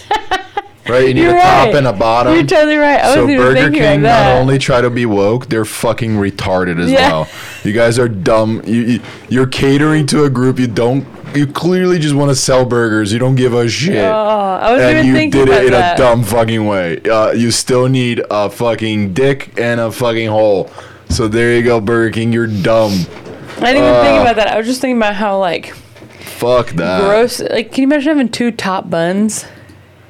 [SPEAKER 2] get-
[SPEAKER 1] going? right? You need
[SPEAKER 2] You're
[SPEAKER 1] a top
[SPEAKER 2] right.
[SPEAKER 1] and a bottom.
[SPEAKER 2] You're totally right. I
[SPEAKER 1] so
[SPEAKER 2] wasn't even
[SPEAKER 1] Burger
[SPEAKER 2] thinking of
[SPEAKER 1] King
[SPEAKER 2] that.
[SPEAKER 1] not only try to be woke, they're fucking retarded as
[SPEAKER 2] Yeah.
[SPEAKER 1] well. You guys are dumb. You, you you're catering to a group you don't. You clearly just want to sell burgers. You don't give a shit.
[SPEAKER 2] Oh, I wasn't
[SPEAKER 1] and
[SPEAKER 2] even
[SPEAKER 1] you
[SPEAKER 2] thinking
[SPEAKER 1] did
[SPEAKER 2] about
[SPEAKER 1] it in
[SPEAKER 2] that.
[SPEAKER 1] a dumb fucking way. Uh, you still need a fucking dick and a fucking hole. So there you go, Burger King. You're dumb.
[SPEAKER 2] I didn't even think
[SPEAKER 1] Uh,
[SPEAKER 2] about that. I was just thinking about how like
[SPEAKER 1] Fuck that.
[SPEAKER 2] gross. Like, can you imagine having two top buns?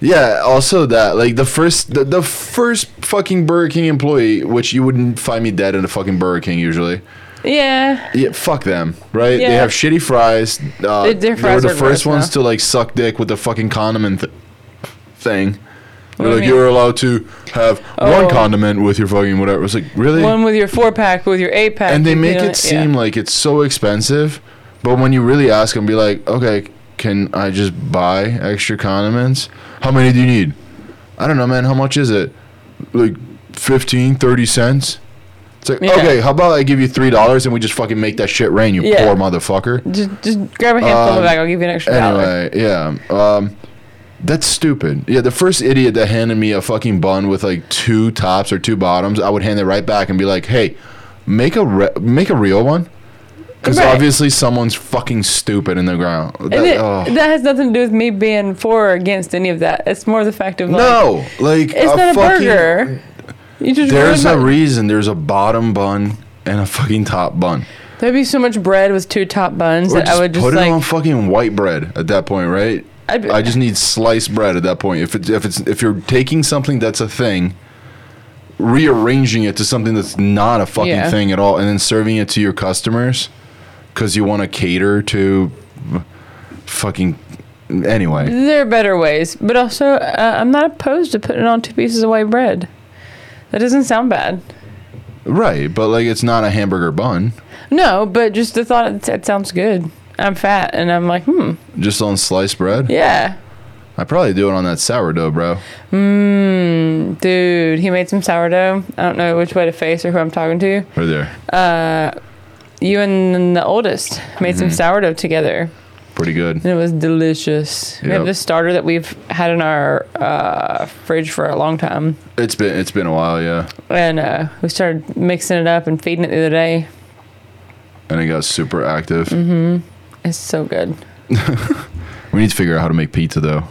[SPEAKER 1] Yeah. Also, that like the first the, the first fucking Burger King employee, which you wouldn't find me dead in a fucking Burger King usually.
[SPEAKER 2] Yeah.
[SPEAKER 1] Yeah, fuck them, right? They
[SPEAKER 2] Yeah.
[SPEAKER 1] have shitty fries. Uh,
[SPEAKER 2] Their- their
[SPEAKER 1] they were
[SPEAKER 2] fries
[SPEAKER 1] the
[SPEAKER 2] are
[SPEAKER 1] first
[SPEAKER 2] gross
[SPEAKER 1] ones
[SPEAKER 2] now.
[SPEAKER 1] to like suck dick with the fucking condiment th- thing. They're
[SPEAKER 2] What do you
[SPEAKER 1] like,
[SPEAKER 2] mean?
[SPEAKER 1] you're allowed to have
[SPEAKER 2] Oh.
[SPEAKER 1] one condiment with your fucking whatever. It's like, really?
[SPEAKER 2] One with your four pack, with your eight pack.
[SPEAKER 1] and they
[SPEAKER 2] you
[SPEAKER 1] make
[SPEAKER 2] know,
[SPEAKER 1] it seem like it's so expensive, but when you really ask them, be like, okay, can I just buy extra condiments? How many do you need? I don't know, man. How much is it? Like 15, 30 cents? It's like,
[SPEAKER 2] Yeah.
[SPEAKER 1] okay, how about I give you $3 and we just fucking make that shit rain, you
[SPEAKER 2] Yeah.
[SPEAKER 1] poor motherfucker?
[SPEAKER 2] Yeah. Just, just grab a handful
[SPEAKER 1] Um,
[SPEAKER 2] of bag. I'll give you an extra dollar.
[SPEAKER 1] Anyway, yeah. Um, that's stupid. Yeah, the first idiot that handed me a fucking bun with like two tops or two bottoms, I would hand it right back and be like, "Hey, make a re- make a real one." Because
[SPEAKER 2] Right.
[SPEAKER 1] obviously someone's fucking stupid in the ground. That-
[SPEAKER 2] And it,
[SPEAKER 1] oh.
[SPEAKER 2] that has nothing to do with me being for or against any of that. It's more the fact of like,
[SPEAKER 1] no, like
[SPEAKER 2] it's not a burger. You just
[SPEAKER 1] There's a
[SPEAKER 2] really bu-
[SPEAKER 1] reason. There's a bottom bun and a fucking top bun.
[SPEAKER 2] There'd be so much bread with two top buns
[SPEAKER 1] Or
[SPEAKER 2] that I would just
[SPEAKER 1] put it on
[SPEAKER 2] like.
[SPEAKER 1] fucking white bread at that point, right?
[SPEAKER 2] I'd be-
[SPEAKER 1] I just need sliced bread at that point. If it's if it's if you're taking something that's a thing, rearranging it to something that's not a fucking
[SPEAKER 2] Yeah.
[SPEAKER 1] thing at all and then serving it to your customers because you want to cater to fucking anyway
[SPEAKER 2] There are better ways, but also uh, I'm not opposed to putting on two pieces of white bread. That doesn't sound bad.
[SPEAKER 1] right but like it's not a hamburger bun
[SPEAKER 2] No, but just the thought it, it sounds good. I'm fat and I'm like, hmm,
[SPEAKER 1] just on sliced bread
[SPEAKER 2] yeah.
[SPEAKER 1] i probably do it on that sourdough bro
[SPEAKER 2] Mmm, dude, he made some sourdough. I don't know which way to face or who I'm talking to.
[SPEAKER 1] right there
[SPEAKER 2] Uh, you and the oldest made some
[SPEAKER 1] Mhm.
[SPEAKER 2] sourdough together.
[SPEAKER 1] pretty good
[SPEAKER 2] And it was delicious. We
[SPEAKER 1] Yep.
[SPEAKER 2] have this starter that we've had in our uh, fridge for a long time.
[SPEAKER 1] it's been it's been a while yeah
[SPEAKER 2] And uh, we started mixing it up and feeding it the other day.
[SPEAKER 1] and it got super active
[SPEAKER 2] hmm It's so good.
[SPEAKER 1] we need to figure out how to make pizza though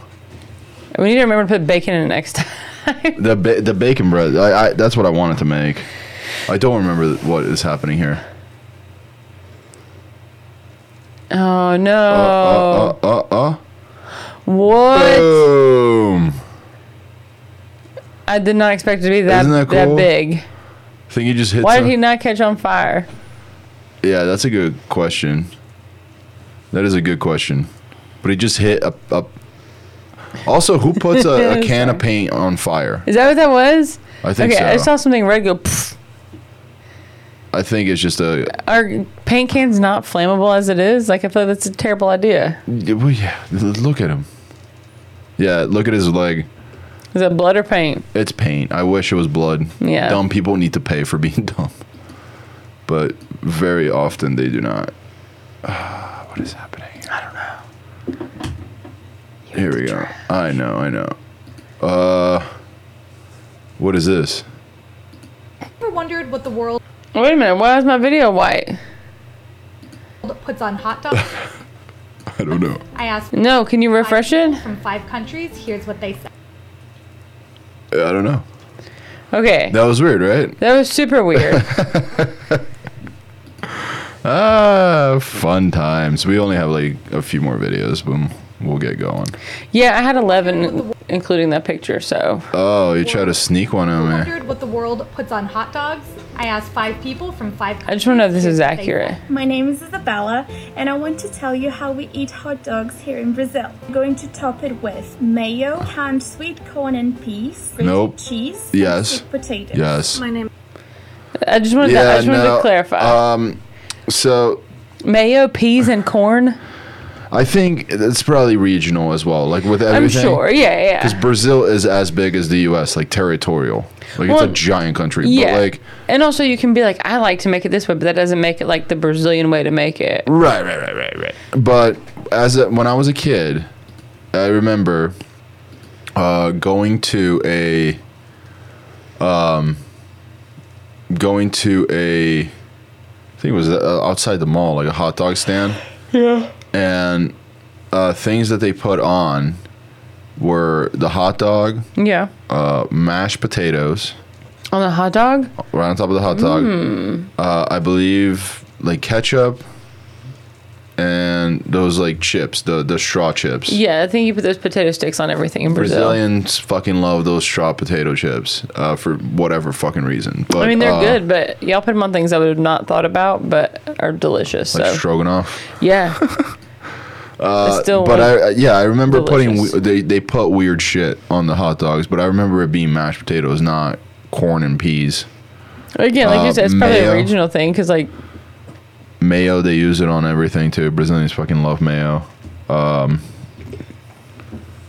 [SPEAKER 2] We need to remember to put bacon in it next time.
[SPEAKER 1] the ba- the bacon bread. I, I that's what I wanted to make. I don't remember th- what is happening here.
[SPEAKER 2] Oh, no.
[SPEAKER 1] Uh uh uh.
[SPEAKER 2] What?
[SPEAKER 1] Boom!
[SPEAKER 2] I did not expect it to be that,
[SPEAKER 1] Isn't that
[SPEAKER 2] that,
[SPEAKER 1] cool?
[SPEAKER 2] big.
[SPEAKER 1] I think you just hit.
[SPEAKER 2] Why
[SPEAKER 1] some-
[SPEAKER 2] did he not catch on fire?
[SPEAKER 1] Yeah, that's a good question. That is a good question. But he just hit a. a also, who puts a, a can of paint on fire?
[SPEAKER 2] Is that what that was?
[SPEAKER 1] I think
[SPEAKER 2] okay, I
[SPEAKER 1] so.
[SPEAKER 2] saw something red go. Pfft.
[SPEAKER 1] I think it's just a.
[SPEAKER 2] Are paint cans not flammable as it is? Like I feel like that's a terrible idea.
[SPEAKER 1] Yeah, Well, yeah, look at him. Yeah, look at his leg.
[SPEAKER 2] Is it blood or paint?
[SPEAKER 1] It's paint. I wish it was blood.
[SPEAKER 2] Yeah.
[SPEAKER 1] Dumb people need to pay for being dumb. But very often they do not. Ah, what is happening? I don't know. Here we go. I know, I know. Uh what is this?
[SPEAKER 15] Ever wondered what the world
[SPEAKER 2] Wait a minute. Why is my video white?
[SPEAKER 15] puts on hot dogs?
[SPEAKER 1] I don't know.
[SPEAKER 15] I asked
[SPEAKER 2] No, can you refresh it?
[SPEAKER 15] from five countries. Here's what they said.
[SPEAKER 1] I don't know.
[SPEAKER 2] Okay.
[SPEAKER 1] That was weird, right?
[SPEAKER 2] That was super weird.
[SPEAKER 1] Ah, fun times. We only have like a few more videos, but we'll get going.
[SPEAKER 2] yeah, I had 11, including that picture, so.
[SPEAKER 1] Oh, you try to sneak one on me.
[SPEAKER 15] Wondered what the world puts on hot dogs. I asked five people from five.
[SPEAKER 2] I just want to know if this is accurate.
[SPEAKER 16] My name is Isabella, and I want to tell you how we eat hot dogs here in Brazil. I'm going to top it with mayo, canned sweet corn and peas, grated
[SPEAKER 1] Nope.
[SPEAKER 16] cheese, and
[SPEAKER 1] Yes.
[SPEAKER 16] sweet potatoes.
[SPEAKER 1] Yes. My
[SPEAKER 16] name.
[SPEAKER 2] I just wanted, to, I just wanted to clarify.
[SPEAKER 1] Um, so
[SPEAKER 2] Mayo, peas, and corn.
[SPEAKER 1] I think it's probably regional as well, like with everything.
[SPEAKER 2] sure, yeah, yeah.
[SPEAKER 1] Because Brazil is as big as the U.S., like territorial, like
[SPEAKER 2] Well,
[SPEAKER 1] it's a giant country.
[SPEAKER 2] yeah.
[SPEAKER 1] But like,
[SPEAKER 2] and also, you can be like, I like to make it this way, but that doesn't make it like the Brazilian way to make it.
[SPEAKER 1] right, right, right, right, right. But as a, when I was a kid, I remember uh, going to a um, going to a I think it was uh, outside the mall, like a hot dog stand.
[SPEAKER 13] Yeah.
[SPEAKER 1] and uh, things that they put on were the hot dog,
[SPEAKER 2] Yeah.
[SPEAKER 1] uh, mashed potatoes,
[SPEAKER 2] On a hot dog?
[SPEAKER 1] right on top of the hot dog.
[SPEAKER 2] Mm.
[SPEAKER 1] Uh, I believe like ketchup and those like chips, the the straw chips.
[SPEAKER 2] Yeah, I think you put those potato sticks on everything in Brazil.
[SPEAKER 1] Brazilians fucking love those straw potato chips uh, for whatever fucking reason. But
[SPEAKER 2] I mean, they're
[SPEAKER 1] uh,
[SPEAKER 2] good, but y'all put them on things I would have not thought about, but are delicious.
[SPEAKER 1] Like
[SPEAKER 2] so
[SPEAKER 1] stroganoff.
[SPEAKER 2] yeah,
[SPEAKER 1] Uh,
[SPEAKER 2] It's still
[SPEAKER 1] but
[SPEAKER 2] like
[SPEAKER 1] I yeah I remember
[SPEAKER 2] delicious.
[SPEAKER 1] putting we- they they put weird shit on the hot dogs, but I remember it being mashed potatoes, not corn and peas.
[SPEAKER 2] again, like
[SPEAKER 1] Uh,
[SPEAKER 2] you said, it's probably
[SPEAKER 1] mayo.
[SPEAKER 2] a regional thing because like
[SPEAKER 1] Mayo they use it on everything too. Brazilians fucking love mayo. Um,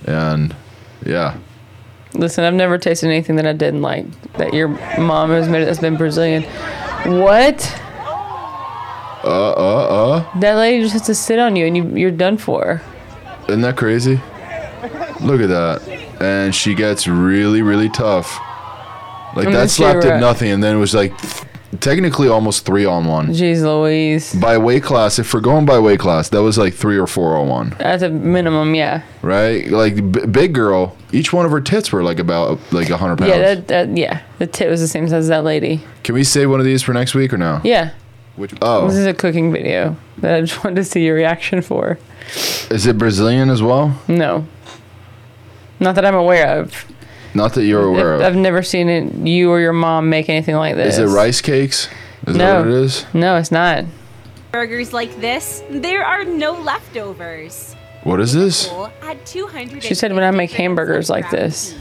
[SPEAKER 1] and yeah,
[SPEAKER 2] Listen, I've never tasted anything that I didn't like that your mom has made that's been Brazilian. What?
[SPEAKER 1] uh uh uh,
[SPEAKER 2] That lady just has to sit on you and you, you're done for.
[SPEAKER 1] isn't that crazy? Look at that, and she gets really really tough. Like
[SPEAKER 2] And then
[SPEAKER 1] that
[SPEAKER 2] she
[SPEAKER 1] slap did
[SPEAKER 2] ra-
[SPEAKER 1] nothing, and then it was like technically almost three on one.
[SPEAKER 2] Jeez Louise.
[SPEAKER 1] By weight class, if we're going by weight class, that was like three or four on one.
[SPEAKER 2] At a minimum, yeah.
[SPEAKER 1] right? Like b- big girl, each one of her tits were like about like hundred pounds.
[SPEAKER 2] Yeah, that, that, yeah. The tit was the same size as that lady.
[SPEAKER 1] Can we save one of these for next week or no?
[SPEAKER 2] Yeah.
[SPEAKER 1] Which oh,
[SPEAKER 2] This is a cooking video that I just wanted to see your reaction for.
[SPEAKER 1] is it Brazilian as well?
[SPEAKER 2] No. Not that I'm aware of.
[SPEAKER 1] Not that you're aware
[SPEAKER 2] I've,
[SPEAKER 1] of.
[SPEAKER 2] I've never seen it, you or your mom make anything like
[SPEAKER 1] Is
[SPEAKER 2] this.
[SPEAKER 1] it rice cakes? Is
[SPEAKER 2] no.
[SPEAKER 1] that what it is?
[SPEAKER 2] No, it's not.
[SPEAKER 17] Burgers like this, there are no leftovers.
[SPEAKER 1] What is this?
[SPEAKER 17] Full At 200
[SPEAKER 2] She said when I make hamburgers like this,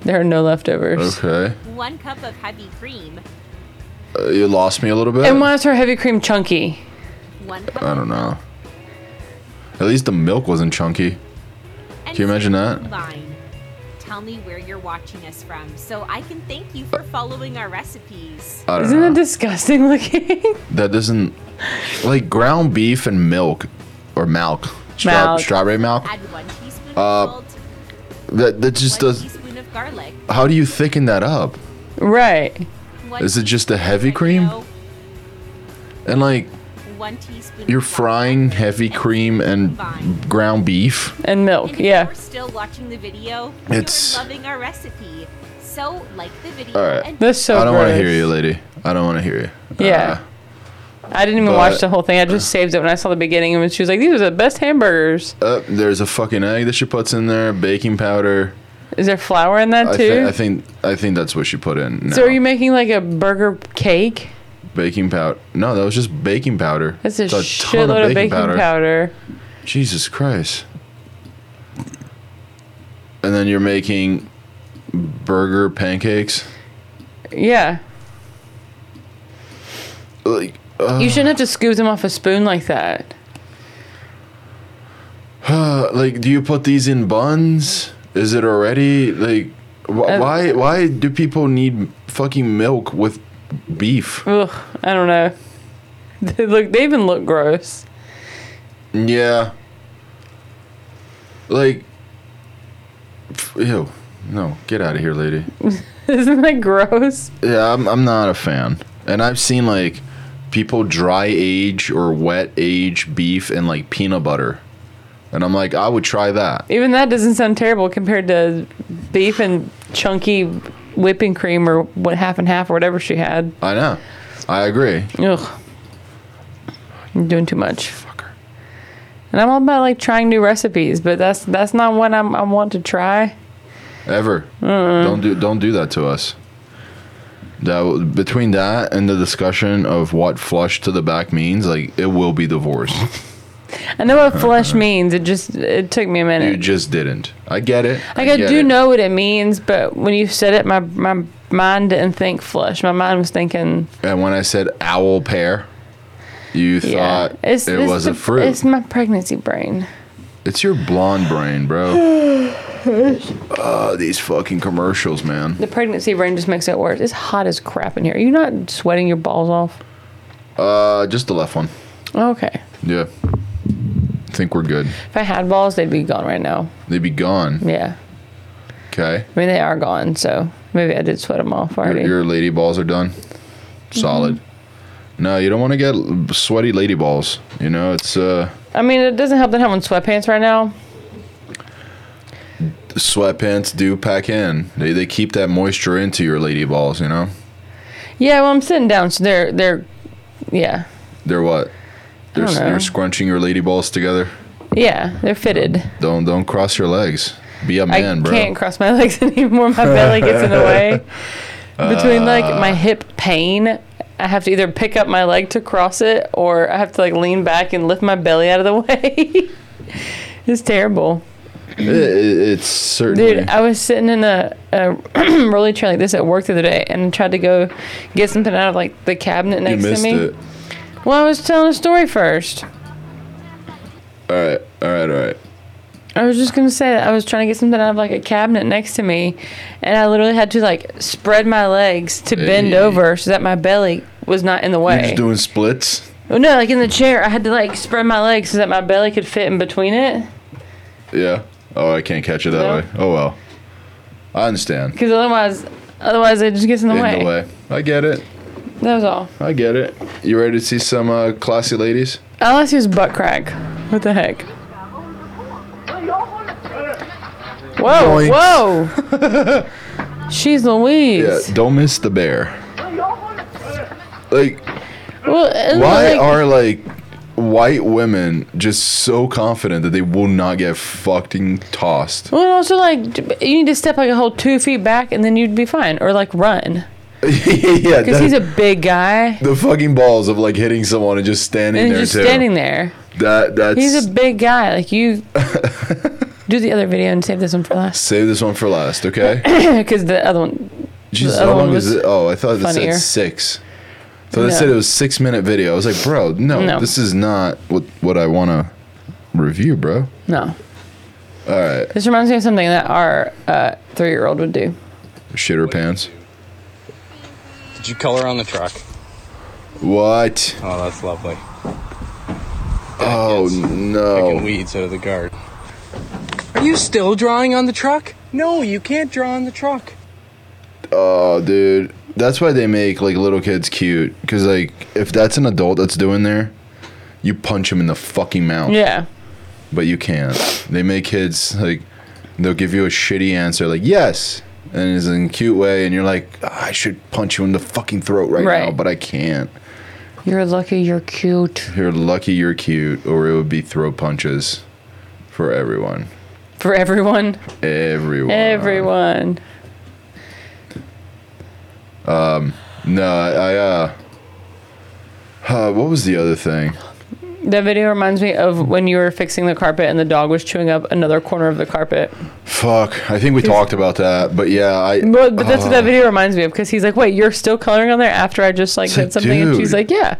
[SPEAKER 2] there are no leftovers.
[SPEAKER 1] Okay.
[SPEAKER 17] one cup of heavy cream,
[SPEAKER 1] Uh, you lost me a little bit.
[SPEAKER 2] And why is her heavy cream chunky?
[SPEAKER 17] one
[SPEAKER 1] I don't know. At least the milk wasn't chunky. Can you imagine that?
[SPEAKER 17] line. Tell me where you're watching us from so I can thank you for following our recipes.
[SPEAKER 1] I don't
[SPEAKER 2] Isn't
[SPEAKER 1] know.
[SPEAKER 2] that disgusting looking?
[SPEAKER 1] That doesn't like ground beef and milk or milk. Stra-
[SPEAKER 17] Milk.
[SPEAKER 1] Strawberry milk.
[SPEAKER 17] Add one teaspoon of
[SPEAKER 1] Uh,
[SPEAKER 17] salt,
[SPEAKER 1] that that just
[SPEAKER 17] one
[SPEAKER 1] does.
[SPEAKER 17] teaspoon of garlic,
[SPEAKER 1] How do you thicken that up?
[SPEAKER 2] Right.
[SPEAKER 17] one,
[SPEAKER 1] Is it just a heavy cream? And like
[SPEAKER 17] one teaspoon
[SPEAKER 1] you're
[SPEAKER 17] of black
[SPEAKER 1] frying heavy cream and ground beef.
[SPEAKER 2] And milk, yeah.
[SPEAKER 17] We're still watching the video.
[SPEAKER 1] It's-
[SPEAKER 17] You're loving our recipe. So like the video
[SPEAKER 1] All right.
[SPEAKER 17] and
[SPEAKER 1] I don't want to hear you, lady. I don't want to hear you.
[SPEAKER 2] Oh,
[SPEAKER 1] Uh, Uh-huh.
[SPEAKER 2] Yeah. I didn't even watch
[SPEAKER 1] but- uh-huh.
[SPEAKER 2] the whole thing. I just saved it when I saw the beginning, and she was like, "These are the best hamburgers."
[SPEAKER 1] Uh, there's a fucking egg that she puts in there, baking powder.
[SPEAKER 2] Is there flour in that
[SPEAKER 1] I,
[SPEAKER 2] too?
[SPEAKER 1] thi- I think I think that's what she put in. No.
[SPEAKER 2] So are you making like a burger cake?
[SPEAKER 1] baking powder. No, that was just baking powder.
[SPEAKER 2] That's a,
[SPEAKER 1] It's
[SPEAKER 2] shitload of baking, powder.
[SPEAKER 1] Jesus Christ. And then you're making burger pancakes.
[SPEAKER 2] Yeah.
[SPEAKER 1] Like uh,
[SPEAKER 2] you shouldn't have to scoop them off a spoon like that.
[SPEAKER 1] like do you put these in buns? Is it already like wh-
[SPEAKER 2] Uh,
[SPEAKER 1] why why do people need fucking milk with beef?
[SPEAKER 2] Ugh, I don't know. They look they even look gross.
[SPEAKER 1] Yeah. Like pff, ew. No, get out of here, lady.
[SPEAKER 2] Isn't that gross?
[SPEAKER 1] Yeah, I'm, I'm not a fan. And I've seen like people dry age or wet age beef in like peanut butter. And I'm like, I would try that.
[SPEAKER 2] Even that doesn't sound terrible compared to beef and chunky whipping cream or what half and half or whatever she had.
[SPEAKER 1] I know. I agree.
[SPEAKER 2] Ugh. I'm doing too much. And I'm all about like trying new recipes, but that's that's not what I'm, I want to try.
[SPEAKER 1] Ever.
[SPEAKER 2] Mm.
[SPEAKER 1] Don't do don't do that to us. That w- between that and the discussion of what flush to the back means, like it will be divorce.
[SPEAKER 2] I know what flesh means. It just it took me a minute.
[SPEAKER 1] you just didn't. I get it.
[SPEAKER 2] Like I,
[SPEAKER 1] get
[SPEAKER 2] do
[SPEAKER 1] it.
[SPEAKER 2] know what it means, but when you said it, my my mind didn't think flush. My mind was thinking
[SPEAKER 1] And when I said owl pear, you
[SPEAKER 2] Yeah.
[SPEAKER 1] thought
[SPEAKER 2] It's-
[SPEAKER 1] it
[SPEAKER 2] it's
[SPEAKER 1] was
[SPEAKER 2] the-
[SPEAKER 1] a fruit.
[SPEAKER 2] It's my pregnancy brain.
[SPEAKER 1] It's your blonde brain, bro.
[SPEAKER 2] the
[SPEAKER 1] Uh, these fucking commercials, man.
[SPEAKER 2] pregnancy brain just makes it worse. It's hot as crap in here. Are you not sweating your balls off?
[SPEAKER 1] Uh, just the left one.
[SPEAKER 2] Okay.
[SPEAKER 1] Yeah. I think we're good.
[SPEAKER 2] If I had balls, they'd be gone right now.
[SPEAKER 1] They'd be gone.
[SPEAKER 2] Yeah.
[SPEAKER 1] Okay.
[SPEAKER 2] I mean, they are gone, so maybe I did sweat them off
[SPEAKER 1] Your,
[SPEAKER 2] already.
[SPEAKER 1] your lady balls are done.
[SPEAKER 2] Mm-hmm.
[SPEAKER 1] Solid. No, you don't want to get l- sweaty lady balls. You know, it's uh
[SPEAKER 2] I mean, it doesn't help that I'm in sweatpants right now.
[SPEAKER 1] sweatpants do pack in. They they keep that moisture into your lady balls, you know?
[SPEAKER 2] Yeah, well, I'm sitting down, so they're they're, yeah,
[SPEAKER 1] They're what? They're, s-
[SPEAKER 2] don't know.
[SPEAKER 1] they're scrunching your lady balls together.
[SPEAKER 2] yeah, they're fitted.
[SPEAKER 1] Don't don't cross your legs. Be a man,
[SPEAKER 2] I
[SPEAKER 1] bro.
[SPEAKER 2] can't cross my legs anymore. My belly gets in the way. Between like my
[SPEAKER 1] Uh.
[SPEAKER 2] hip pain, I have to either pick up my leg to cross it, or I have to like lean back and lift my belly out of the way. it's terrible.
[SPEAKER 1] It- it- it's certainly
[SPEAKER 2] Dude, I was sitting in a, a rolly chair like this at work the other day and tried to go get something out of like the cabinet
[SPEAKER 1] you
[SPEAKER 2] next to
[SPEAKER 1] missed
[SPEAKER 2] me.
[SPEAKER 1] it.
[SPEAKER 2] Well, I was telling a story first.
[SPEAKER 1] All right, all right, all right.
[SPEAKER 2] I was just gonna say that I was trying to get something out of like a cabinet next to me, and I literally had to like spread my legs to bend
[SPEAKER 1] Hey.
[SPEAKER 2] over so that my belly was not in the
[SPEAKER 1] You're
[SPEAKER 2] way.
[SPEAKER 1] just doing splits.
[SPEAKER 2] Oh no, like in the chair, I had to like spread my legs so that my belly could fit in between it,
[SPEAKER 1] Yeah. Oh, I can't catch it that
[SPEAKER 2] No.
[SPEAKER 1] way. Oh well. I understand.
[SPEAKER 2] because otherwise, otherwise it just gets in the, way.
[SPEAKER 1] I get it.
[SPEAKER 2] That was all.
[SPEAKER 1] I get it. You ready to see some uh, classy ladies?
[SPEAKER 2] All I see was butt crack. What the heck? Whoa!
[SPEAKER 1] Boinks.
[SPEAKER 2] Whoa! She's Louise.
[SPEAKER 1] Yeah. Don't miss the bear. Like,
[SPEAKER 2] Well, and,
[SPEAKER 1] why
[SPEAKER 2] like,
[SPEAKER 1] are like white women just so confident that they will not get fucking tossed.
[SPEAKER 2] Well, and also like d- you need to step like a whole two feet back, and then you'd be fine, or like run
[SPEAKER 1] yeah,
[SPEAKER 2] because
[SPEAKER 1] that-
[SPEAKER 2] he's a big guy
[SPEAKER 1] the fucking balls of like hitting someone and just standing
[SPEAKER 2] and he's
[SPEAKER 1] there
[SPEAKER 2] just
[SPEAKER 1] too.
[SPEAKER 2] standing there.
[SPEAKER 1] That that's
[SPEAKER 2] he's a big guy. Like you, do the other video and save this one for last
[SPEAKER 1] save this one for last, okay?
[SPEAKER 2] because the other one.
[SPEAKER 1] Jesus,
[SPEAKER 2] the
[SPEAKER 1] how
[SPEAKER 2] other
[SPEAKER 1] long
[SPEAKER 2] one
[SPEAKER 1] is
[SPEAKER 2] was-
[SPEAKER 1] it? Oh, I thought it
[SPEAKER 2] funnier.
[SPEAKER 1] said six. So they
[SPEAKER 2] No.
[SPEAKER 1] said it was six minute video. I was like, bro, no,
[SPEAKER 2] No.
[SPEAKER 1] this is not what what I want to review, bro.
[SPEAKER 2] No,
[SPEAKER 1] All right,
[SPEAKER 2] this reminds me of something that our uh, three-year-old would do.
[SPEAKER 1] shit her pants.
[SPEAKER 18] Did you color on the truck?
[SPEAKER 1] What?
[SPEAKER 18] Oh, that's lovely.
[SPEAKER 1] Oh no!
[SPEAKER 18] weeds out of the guard. Are you still drawing on the truck? No, you can't draw on the truck.
[SPEAKER 1] Oh, dude, that's why they make like little kids cute. Cause like if that's an adult that's doing there, you punch him in the fucking mouth.
[SPEAKER 2] Yeah.
[SPEAKER 1] but you can't. They make kids like they'll give you a shitty answer like yes, and it's in a cute way, and you're like "Ah, I should punch you in the fucking throat right, now,
[SPEAKER 2] Right.
[SPEAKER 1] but I can't.
[SPEAKER 2] You're lucky. You're cute
[SPEAKER 1] You're lucky you're cute, or it would be throat punches for everyone.
[SPEAKER 2] for everyone.
[SPEAKER 1] Everyone.
[SPEAKER 2] Everyone.
[SPEAKER 1] Um. No, I. uh uh, what was the other thing?
[SPEAKER 2] That video reminds me of when you were fixing the carpet and the dog was chewing up another corner of the carpet.
[SPEAKER 1] Fuck, I think we talked about that, but yeah, I.
[SPEAKER 2] But, but that's what that
[SPEAKER 1] uh,
[SPEAKER 2] video reminds me of because he's like, "Wait, you're still coloring on there after I just like did something," and she's
[SPEAKER 1] dude.
[SPEAKER 2] like, "Yeah,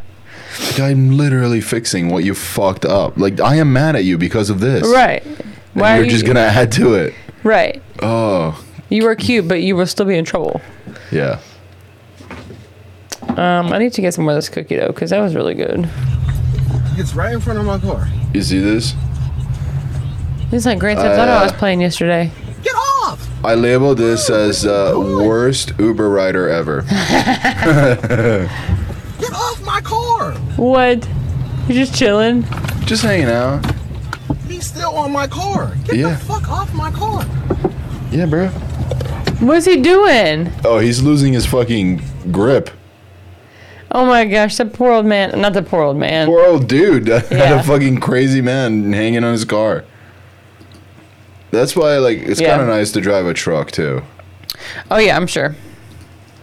[SPEAKER 1] Like, I'm literally fixing what you fucked up. Like I am mad at you because of this.
[SPEAKER 2] right.
[SPEAKER 1] And
[SPEAKER 2] Why
[SPEAKER 1] you're
[SPEAKER 2] are
[SPEAKER 1] just
[SPEAKER 2] you
[SPEAKER 1] gonna add to it.
[SPEAKER 2] right?
[SPEAKER 1] Oh,
[SPEAKER 2] You were cute, but you will still be in trouble."
[SPEAKER 1] yeah.
[SPEAKER 2] Um, I need to get some more of this cookie dough because that was really good.
[SPEAKER 9] It's right in front of my car.
[SPEAKER 1] You see this?
[SPEAKER 2] It's like Grand Theft Auto I was
[SPEAKER 1] Uh,
[SPEAKER 2] playing yesterday.
[SPEAKER 9] Get off!
[SPEAKER 1] I labeled this as uh, worst Uber rider ever.
[SPEAKER 9] Get off my car!
[SPEAKER 2] What? You're just chilling.
[SPEAKER 1] just hanging out.
[SPEAKER 9] He's still on my car. Get
[SPEAKER 1] Yeah.
[SPEAKER 9] the fuck off my car.
[SPEAKER 1] Yeah, bro.
[SPEAKER 2] What's he doing?
[SPEAKER 1] Oh, he's losing his fucking grip.
[SPEAKER 2] Oh my gosh, that poor old man. Not the poor old man.
[SPEAKER 1] Poor old dude. That had
[SPEAKER 2] Yeah.
[SPEAKER 1] a fucking crazy man hanging on his car. That's why, like, it's
[SPEAKER 2] Yeah.
[SPEAKER 1] kind of nice to drive a truck too.
[SPEAKER 2] Oh yeah, I'm sure.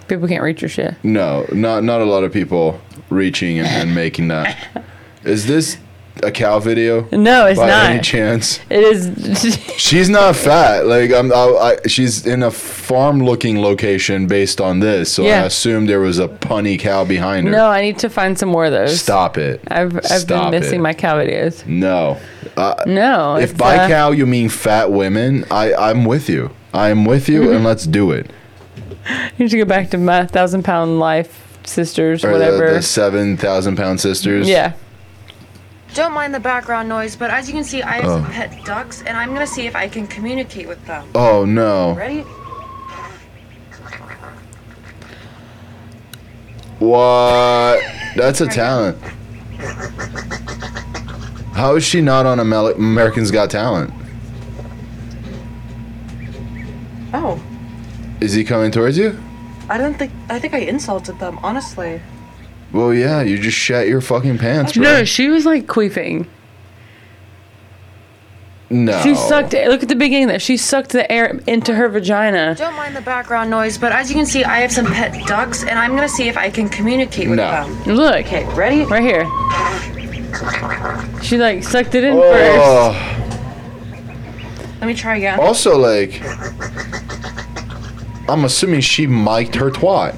[SPEAKER 2] People can't reach your shit.
[SPEAKER 1] No, not not a lot of people reaching and, and making that. Is this a cow video?
[SPEAKER 2] No, it's
[SPEAKER 1] By
[SPEAKER 2] not.
[SPEAKER 1] Any chance?
[SPEAKER 2] It is.
[SPEAKER 1] She's not fat. Like I'm, I, I, she's in a farm-looking location based on this, so I
[SPEAKER 2] Yeah.
[SPEAKER 1] assumed there was a punny cow behind her.
[SPEAKER 2] no, I need to find some more of those.
[SPEAKER 1] Stop it.
[SPEAKER 2] I've I've
[SPEAKER 1] Stop
[SPEAKER 2] been missing
[SPEAKER 1] it.
[SPEAKER 2] my cow videos.
[SPEAKER 1] No. Uh,
[SPEAKER 2] No.
[SPEAKER 1] if
[SPEAKER 2] it's,
[SPEAKER 1] by
[SPEAKER 2] uh,
[SPEAKER 1] cow you mean fat women, I I'm with you. I am with you,
[SPEAKER 2] Mm-hmm.
[SPEAKER 1] and let's do it.
[SPEAKER 2] you need to go back to my thousand pound life sisters,
[SPEAKER 1] Or the-
[SPEAKER 2] whatever.
[SPEAKER 1] the seven thousand pound sisters.
[SPEAKER 2] yeah.
[SPEAKER 19] Don't mind the background noise, but as you can see, I have some
[SPEAKER 1] Oh.
[SPEAKER 19] pet ducks, and I'm gonna see if I can communicate with them.
[SPEAKER 1] Oh no.
[SPEAKER 19] Ready?
[SPEAKER 1] What? That's a talent. How is she not on Amel- Americans Got Talent?
[SPEAKER 19] Oh,
[SPEAKER 1] Is he coming towards you?
[SPEAKER 19] I don't think I think I insulted them, honestly.
[SPEAKER 1] Well, yeah, you just shat your fucking pants, bro.
[SPEAKER 2] No, she was like queefing.
[SPEAKER 1] No.
[SPEAKER 2] She sucked. Look at the beginning. That she sucked the air into her vagina.
[SPEAKER 19] Don't mind the background noise, but as you can see, I have some pet ducks, and I'm gonna see if I can communicate with
[SPEAKER 2] No.
[SPEAKER 19] them.
[SPEAKER 2] Look.
[SPEAKER 19] Okay, ready?
[SPEAKER 2] Right here. She like sucked it in first.
[SPEAKER 1] Oh.
[SPEAKER 19] Let me try again.
[SPEAKER 1] Also, like, I'm assuming she mic'd her twat.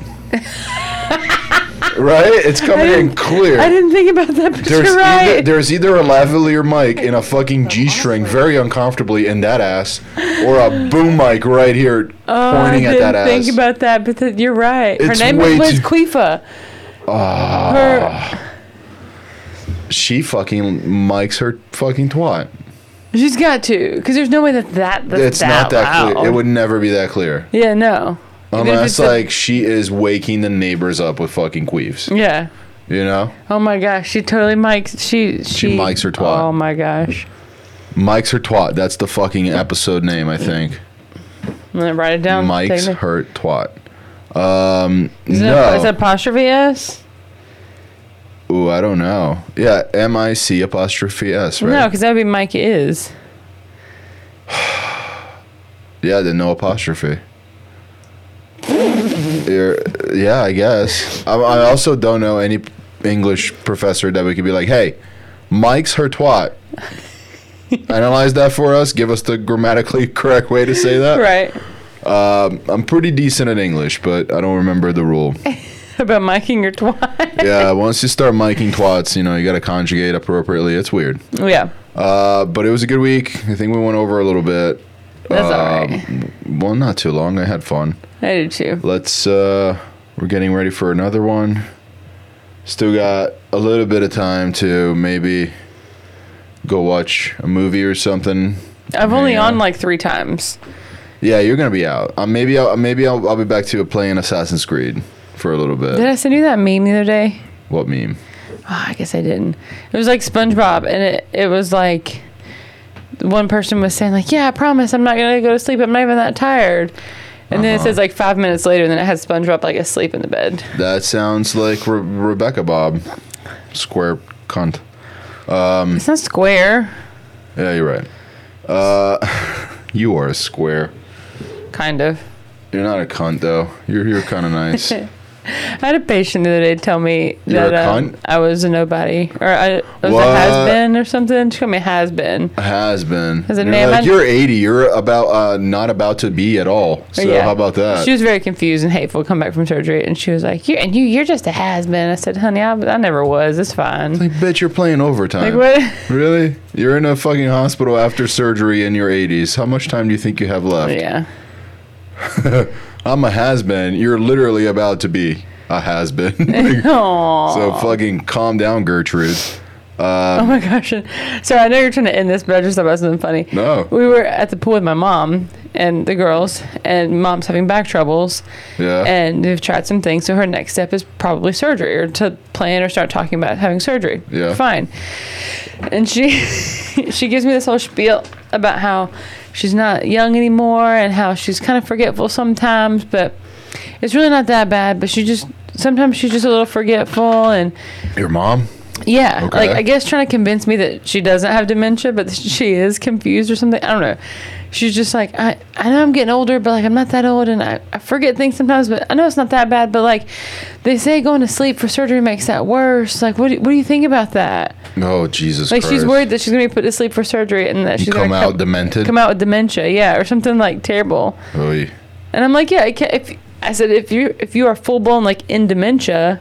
[SPEAKER 1] right? It's coming in clear.
[SPEAKER 2] I didn't think about that, but
[SPEAKER 1] There's either,
[SPEAKER 2] you're right. Oh,
[SPEAKER 1] there's either a lavalier mic in a fucking G string very uncomfortably in that ass, or a boom mic right here
[SPEAKER 2] Oh, I
[SPEAKER 1] pointing
[SPEAKER 2] didn't
[SPEAKER 1] at that
[SPEAKER 2] think
[SPEAKER 1] ass.
[SPEAKER 2] about that, but th- you're right.
[SPEAKER 1] It's
[SPEAKER 2] her name
[SPEAKER 1] way
[SPEAKER 2] is Liz
[SPEAKER 1] too-
[SPEAKER 2] Queefa.
[SPEAKER 1] Ah.
[SPEAKER 2] Her,
[SPEAKER 1] she fucking mics her fucking twat.
[SPEAKER 2] she's got to, because there's no way that that that's
[SPEAKER 1] it's
[SPEAKER 2] that
[SPEAKER 1] not that
[SPEAKER 2] loud.
[SPEAKER 1] clear. It would never be that clear.
[SPEAKER 2] Yeah, no. Even if
[SPEAKER 1] Unless,
[SPEAKER 2] it's a-
[SPEAKER 1] like, she is waking the neighbors up with fucking queefs.
[SPEAKER 2] yeah.
[SPEAKER 1] You know?
[SPEAKER 2] Oh my gosh, she totally mics. She she,
[SPEAKER 1] mics her twat.
[SPEAKER 2] Oh my gosh.
[SPEAKER 1] Mike's her twat. That's the fucking episode name, I think.
[SPEAKER 2] I'm gonna write it down.
[SPEAKER 1] Mike's
[SPEAKER 2] Take me-
[SPEAKER 1] her twat. Um,
[SPEAKER 2] Is it,
[SPEAKER 1] no.
[SPEAKER 2] is it apostrophe s?
[SPEAKER 1] Ooh, I don't know. Yeah, M I C apostrophe S, right?
[SPEAKER 2] No, because that would be Mike is.
[SPEAKER 1] Yeah, the no apostrophe. You're, yeah, I guess. I, I also don't know any English professor that we could be like, hey, Mike's her twat. Analyze that for us. Give us the grammatically correct way to say that.
[SPEAKER 2] Right.
[SPEAKER 1] Um, I'm pretty decent at English, but I don't remember the rule.
[SPEAKER 2] About miking your twat.
[SPEAKER 1] yeah, once you start miking twats, you know, you got to conjugate appropriately. It's weird.
[SPEAKER 2] yeah.
[SPEAKER 1] Uh, but it was a good week. I think we went over a little bit.
[SPEAKER 2] That's
[SPEAKER 1] Um,
[SPEAKER 2] all
[SPEAKER 1] right. Well, not too long. I had fun.
[SPEAKER 2] I did too.
[SPEAKER 1] Let's. Uh, we're getting ready for another one. Still got a little bit of time to maybe go watch a movie or something.
[SPEAKER 2] I've only on like three times.
[SPEAKER 1] Yeah, you're gonna be out. Uh, maybe I'll maybe I'll, I'll be back to playing Assassin's Creed for a little bit.
[SPEAKER 2] Did I send you that meme the other day?
[SPEAKER 1] What meme?
[SPEAKER 2] Oh, I guess I didn't. It was like SpongeBob, and it, it was like one person was saying like, "Yeah, I promise, I'm not gonna go to sleep. I'm not even that tired." And then it
[SPEAKER 1] Uh-huh.
[SPEAKER 2] says like five minutes later, and then it has SpongeBob like asleep in the bed.
[SPEAKER 1] That sounds like Re- Rebecca Bob, square cunt. Um,
[SPEAKER 2] it's not square.
[SPEAKER 1] Yeah, you're right. Uh, you are a square.
[SPEAKER 2] Kind of.
[SPEAKER 1] You're not a cunt though. You're you're kind of nice.
[SPEAKER 2] I had a patient the other day tell me
[SPEAKER 1] You're
[SPEAKER 2] that
[SPEAKER 1] a
[SPEAKER 2] um,
[SPEAKER 1] cunt?
[SPEAKER 2] I was a nobody, or I I was
[SPEAKER 1] What?
[SPEAKER 2] a has been or something. She called me has been.
[SPEAKER 1] Has been.
[SPEAKER 2] Has it
[SPEAKER 1] you're,
[SPEAKER 2] made
[SPEAKER 1] like,
[SPEAKER 2] my-
[SPEAKER 1] you're 80. You're about uh, not about to be at all. So how about that?
[SPEAKER 2] She was very confused and hateful. Come back from surgery, and she was like, "You and you, you're just a has been." I said, "Honey, I, I never was. It's fine."
[SPEAKER 1] like, bitch, you're playing overtime.
[SPEAKER 2] Like what?
[SPEAKER 1] Really? You're in a fucking hospital after surgery in your 80s. How much time do you think you have left?
[SPEAKER 2] Yeah.
[SPEAKER 1] I'm a has been. You're literally about to be a has been. so fucking calm down, Gertrude.
[SPEAKER 2] oh
[SPEAKER 1] Uh,
[SPEAKER 2] my gosh. Sorry, I know you're trying to end this, but I just thought about something funny.
[SPEAKER 1] No.
[SPEAKER 2] We were at the pool with my mom and the girls, and mom's having back troubles.
[SPEAKER 1] Yeah.
[SPEAKER 2] And they've tried some things, so her next step is probably surgery or to plan or start talking about having surgery.
[SPEAKER 13] Yeah.
[SPEAKER 2] Fine. And she she gives me this whole spiel about how she's not young anymore and how she's kind of forgetful sometimes, but it's really not that bad, but she just sometimes she's just a little forgetful and
[SPEAKER 1] Your mom?
[SPEAKER 2] yeah,
[SPEAKER 1] Okay.
[SPEAKER 2] like I guess trying to convince me that she doesn't have dementia, but she is confused or something. I don't know. She's just like, I, I know I'm getting older, but like I'm not that old, and I, I forget things sometimes. But I know it's not that bad. But like, they say going to sleep for surgery makes that worse. Like, what do, what do you think about that?
[SPEAKER 1] Oh, Jesus
[SPEAKER 2] like,
[SPEAKER 1] Christ.
[SPEAKER 2] she's worried that she's gonna be put to sleep for surgery, and that
[SPEAKER 1] You
[SPEAKER 2] she's
[SPEAKER 1] come
[SPEAKER 2] gonna
[SPEAKER 1] out demented?
[SPEAKER 2] come out with dementia, yeah, or something like terrible.
[SPEAKER 1] Oy.
[SPEAKER 2] And I'm like, yeah, I can't. If I said if you if you are full blown like in dementia,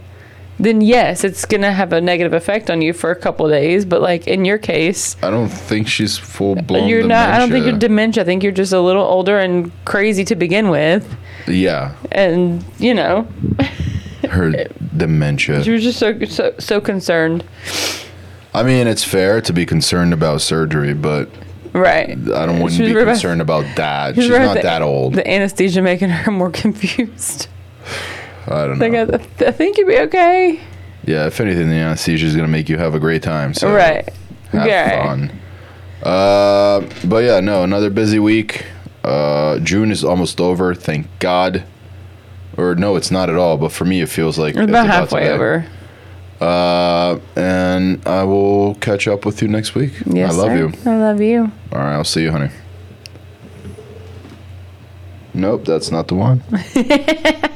[SPEAKER 2] then yes, it's gonna have a negative effect on you for a couple of days. But like in your case,
[SPEAKER 1] I don't think she's full blown.
[SPEAKER 2] you're not. I don't think you're dementia. I think you're just a little older and crazy to begin with.
[SPEAKER 1] Yeah,
[SPEAKER 2] And you know,
[SPEAKER 1] her dementia.
[SPEAKER 2] she was just so so so concerned,
[SPEAKER 1] I mean, it's fair to be concerned about surgery, but
[SPEAKER 2] right?
[SPEAKER 1] I don't wouldn't
[SPEAKER 2] She's
[SPEAKER 1] be
[SPEAKER 2] right about-
[SPEAKER 1] concerned about that.
[SPEAKER 2] She was
[SPEAKER 1] She's
[SPEAKER 2] right
[SPEAKER 1] not
[SPEAKER 2] the-
[SPEAKER 1] that old.
[SPEAKER 2] The anesthesia making her more confused.
[SPEAKER 1] I don't know.
[SPEAKER 2] Like, I, I think you'd be okay.
[SPEAKER 1] Yeah, if anything, the anesthesia is gonna make you have a great time. So
[SPEAKER 2] right.
[SPEAKER 1] have
[SPEAKER 2] Okay.
[SPEAKER 1] fun. Uh, but yeah, no, another busy week. Uh, June is almost over, thank God. Or no, it's not at all. But for me, it feels like
[SPEAKER 2] About
[SPEAKER 1] it's
[SPEAKER 2] halfway
[SPEAKER 1] to be.
[SPEAKER 2] over.
[SPEAKER 1] Uh, and I will catch up with you next week.
[SPEAKER 2] Yes,
[SPEAKER 1] I love
[SPEAKER 2] sir.
[SPEAKER 1] you.
[SPEAKER 2] I love you.
[SPEAKER 1] All right, I'll see you, honey. Nope, that's not the one.